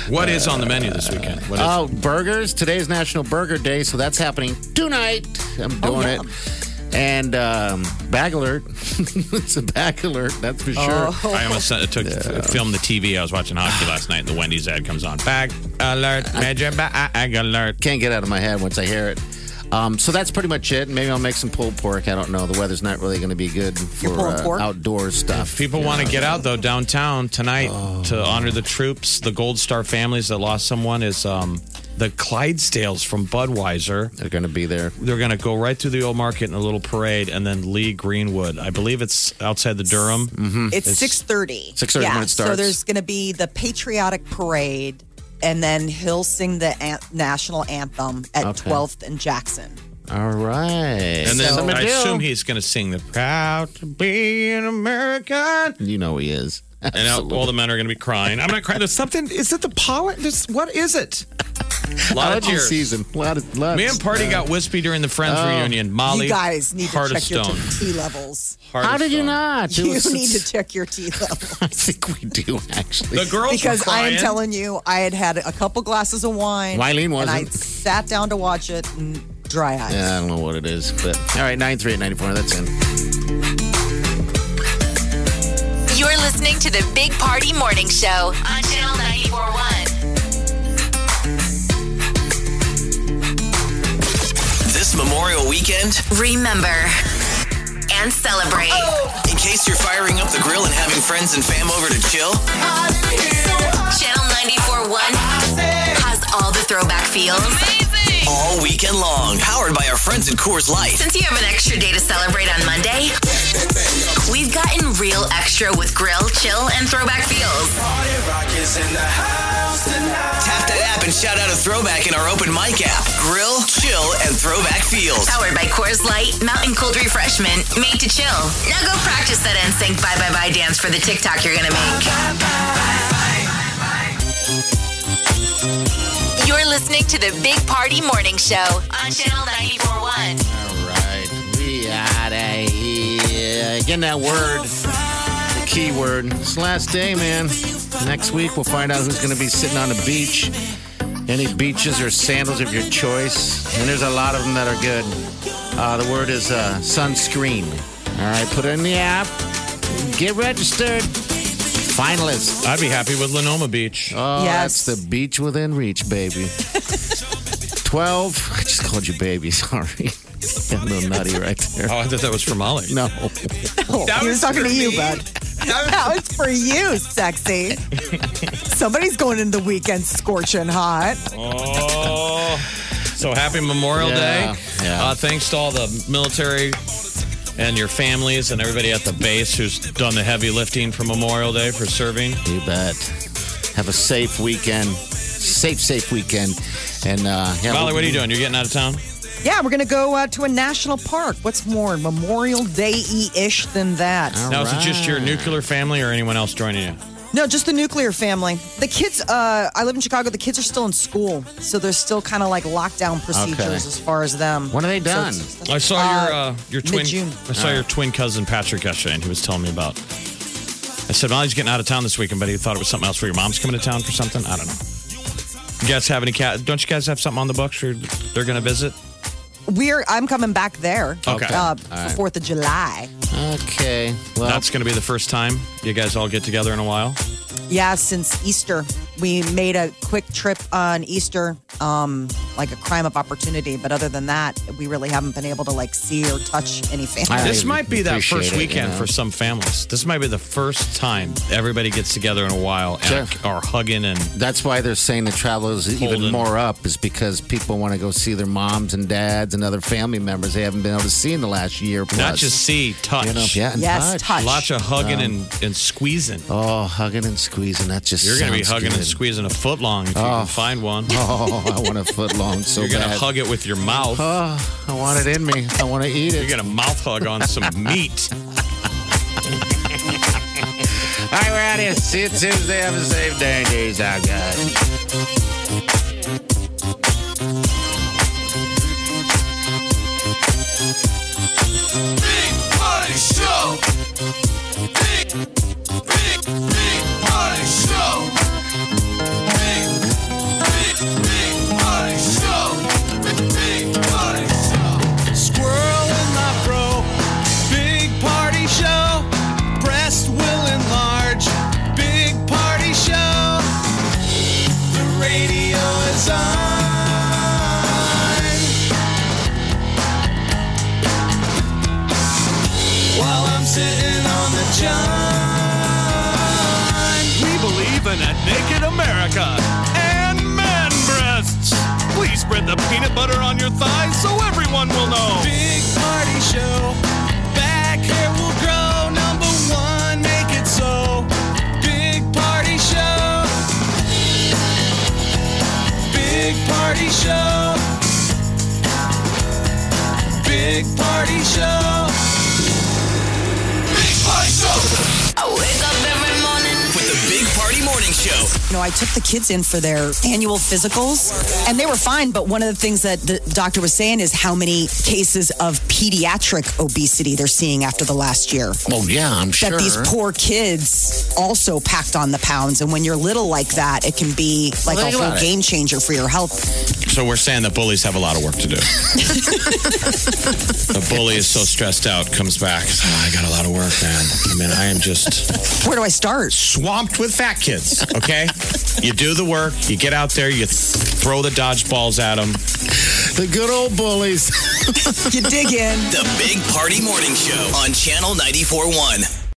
S5: What is on the menu this weekend? What is
S1: Oh, burgers! Today's National Burger Day, so that's happening tonight. I'm doing
S5: Oh,
S1: it. And um, bag alert! it's a bag alert. That's for sure.
S5: I almost sent- took filmed the TV. I was watching hockey last night, and the Wendy's ad comes on. Bag alert, major bag alert.
S1: Can't get out of my head once I hear it. Um, so that's pretty much it. Maybe I'll make some pulled pork. I don't know. The weather's not really going to be good for
S5: pulling
S1: uh,
S5: pork?
S1: outdoor stuff.
S5: People
S1: you
S5: want to
S1: know.
S5: get out though Oh. downtown tonight to honor the troops, the Gold Star families that lost someone. Is um, the Clydesdales from Budweiser.
S1: They're going to be there.
S5: They're going to go right through the old market in a little parade, and then Lee Greenwood. I believe it's outside the Durham. Mm-hmm.
S4: It's, six thirty.
S1: 6:30 when it
S4: So
S1: starts.
S4: there's going to be the patriotic parade, and then he'll sing the an- national anthem at
S5: Okay.
S4: 12th and Jackson.
S1: All right.
S5: And then
S1: So-
S5: I assume he's going to sing the proud to be an American.
S1: You know he is.
S5: And now all the men are going to be crying. I'm not crying. There's something. Is it the pollen? There's, what is it? A lot of
S1: Allergy
S5: tears.
S1: season. Lot of, lot
S5: Me and Party
S1: uh,
S5: got wispy during the Friends
S1: Oh.
S5: reunion. Molly,
S4: you guys need to
S5: heart of
S4: check your
S5: stone.
S4: T levels.
S5: Heart How of did you stone.
S1: not? It
S4: You
S1: was-
S4: need to check your T levels.
S1: I think we do actually.
S5: The girls
S4: because I am telling you, I had had a couple glasses of wine.
S1: Wileen
S4: And I
S1: wasn't.
S4: sat down to watch it, and dry eyes.
S1: Yeah, I don't know what it is, but all right, nine three eight ninety four. That's in.
S3: You're listening to the Big Party Morning Show on Channel 941.
S2: This Memorial Weekend,
S3: Remember and celebrate.
S2: in case you're firing up the grill and having friends and fam over to chill,
S3: Channel 941 has all the throwback feels.
S2: all weekend long, powered by our friends at Coors Light.
S3: Since you have an extra day to celebrate on Monday, we've gotten real extra with grill, chill, and throwback feels.
S2: Tap that app and shout out a throwback in our open mic app. Grill, chill, and throwback feels.
S3: Powered by Coors Light, Mountain Cold Refreshment, made to chill. Now go practice that NSYNC Bye Bye Bye dance for the TikTok you're gonna make. You're listening to the Big Party Morning Show on Channel 941.
S1: All right, we out of here. Again, that word, the key word. It's the last day, man. Next week we'll find out who's going to be sitting on the beach. Any beaches or sandals of your choice, and there's a lot of them that are good. Uh, the word is uh, sunscreen. All right, put it in the app. Get registered. Finalists.
S5: I'd be happy with Lenoma Beach.
S1: Oh,
S5: Yes.
S1: that's the beach within reach, baby. 12. I just called you baby. Sorry. Got a little nutty right there.
S5: Oh, I thought that was for Molly.
S1: No.
S4: Oh,
S1: That
S4: he
S1: was
S4: was talking
S1: for
S4: to you,
S1: me.
S4: bud. That was for you, sexy. Somebody's going into the weekend scorching hot.
S5: Oh, so happy Memorial
S1: Yeah,
S5: Day.
S1: yeah.
S5: Uh, thanks to all the military and your families and everybody at the base who's done the heavy lifting for Memorial Day for serving.
S1: You bet. Have a safe weekend. Safe, safe weekend. And uh, yeah,
S5: Molly,
S1: we'll-
S5: what are you doing? You're getting out of town?
S4: Yeah, we're going to go uh, to a national park. What's more Memorial Day ish than that?
S1: Oh.
S5: now, is it just your nuclear family or anyone else joining you?
S4: No, just the nuclear family. The kids, uh, I live in Chicago. The kids are still in school. So there's still kind of like lockdown procedures as far as them. When
S1: are they
S5: done? I saw your uh, your twin.
S4: mid-June.
S5: I
S1: Uh-huh.
S5: saw your twin cousin Patrick yesterday, and he was telling me about. I said Molly's getting out of town this weekend, but he thought it was something else. Where your mom's coming to town for something? I don't know. You guys have any cat? Don't you guys have something on the books? You're, they're going to visit.
S1: Uh-huh.
S4: We're I'm coming back there.
S5: Okay.
S4: Uh,
S5: All
S4: for
S5: right.
S4: Fourth of July.
S1: Okay.
S5: That's going to be the first time you guys all get together in a while.
S4: Yeah, since Easter, we made a quick trip on Easter, um, like a crime of opportunity. But other than that, we really haven't been able to like see or touch any family.
S5: this might be that
S1: appreciate
S5: first
S1: it, you
S5: weekend
S1: know.
S5: for some families. This might be the first time everybody gets together in a while and are hugging and
S1: That's why they're saying the travel is even more up, is because people want to go see their moms and dads and other family members they haven't been able to see in the last year. Plus.
S5: not just see, touch.
S1: You know, yeah, and touch.
S5: Lots of hugging
S1: Um,
S5: and, and squeezing.
S1: Oh, hugging and squeezing. That just
S5: You're going to be
S1: sounds
S5: hugging and
S1: good.
S5: squeezing a foot long if you
S1: Oh.
S5: can find one.
S1: Oh, I want a foot long so
S5: You're going to
S1: bad.
S5: hug it with your mouth.
S1: Oh, I want it in me. I want to eat it.
S5: You're going to mouth hug on some meat.
S1: All right, we're out of here. See you Tuesday. Have a safe day. Days out, guys.
S2: Big Party Show. Big, big, big Party Show. Big, big, big Party Show. Big Party Show. Squirrel in my bro. Big Party Show. Breast will enlarge. Big Party Show. The radio is on. while I'm sitting on the john.
S5: We believe in a naked America and man breasts.
S2: spread the peanut butter on your thighs so everyone will know. Big party show. Back hair will grow. Number one, make it so. Big party show. Big party show. Big party show. Big party show.
S12: I wake up every morning
S13: with the Big Party Morning Show.
S4: You know, I took the kids in for their annual physicals, and they were fine. But one of the things that the doctor was saying is how many cases of pediatric obesity they're seeing after the last year.
S1: Oh, yeah, I'm sure.
S4: That these poor kids also packed on the pounds, and when you're little like that, it can be like
S5: Well,
S4: a
S5: think
S4: whole
S5: about it.
S4: game changer for your health.
S5: So we're saying that bullies have a lot of work to do. the bully is so stressed out, comes back. "Ah, I got a lot of work, man. I mean, I am just.
S4: Where do I start?
S5: Swamped with fat kids. Okay, you do the work. You get out there. You th- throw the dodgeballs at them.
S1: The good old bullies.
S4: you dig in.
S13: The Big Party Morning Show on Channel 94.1.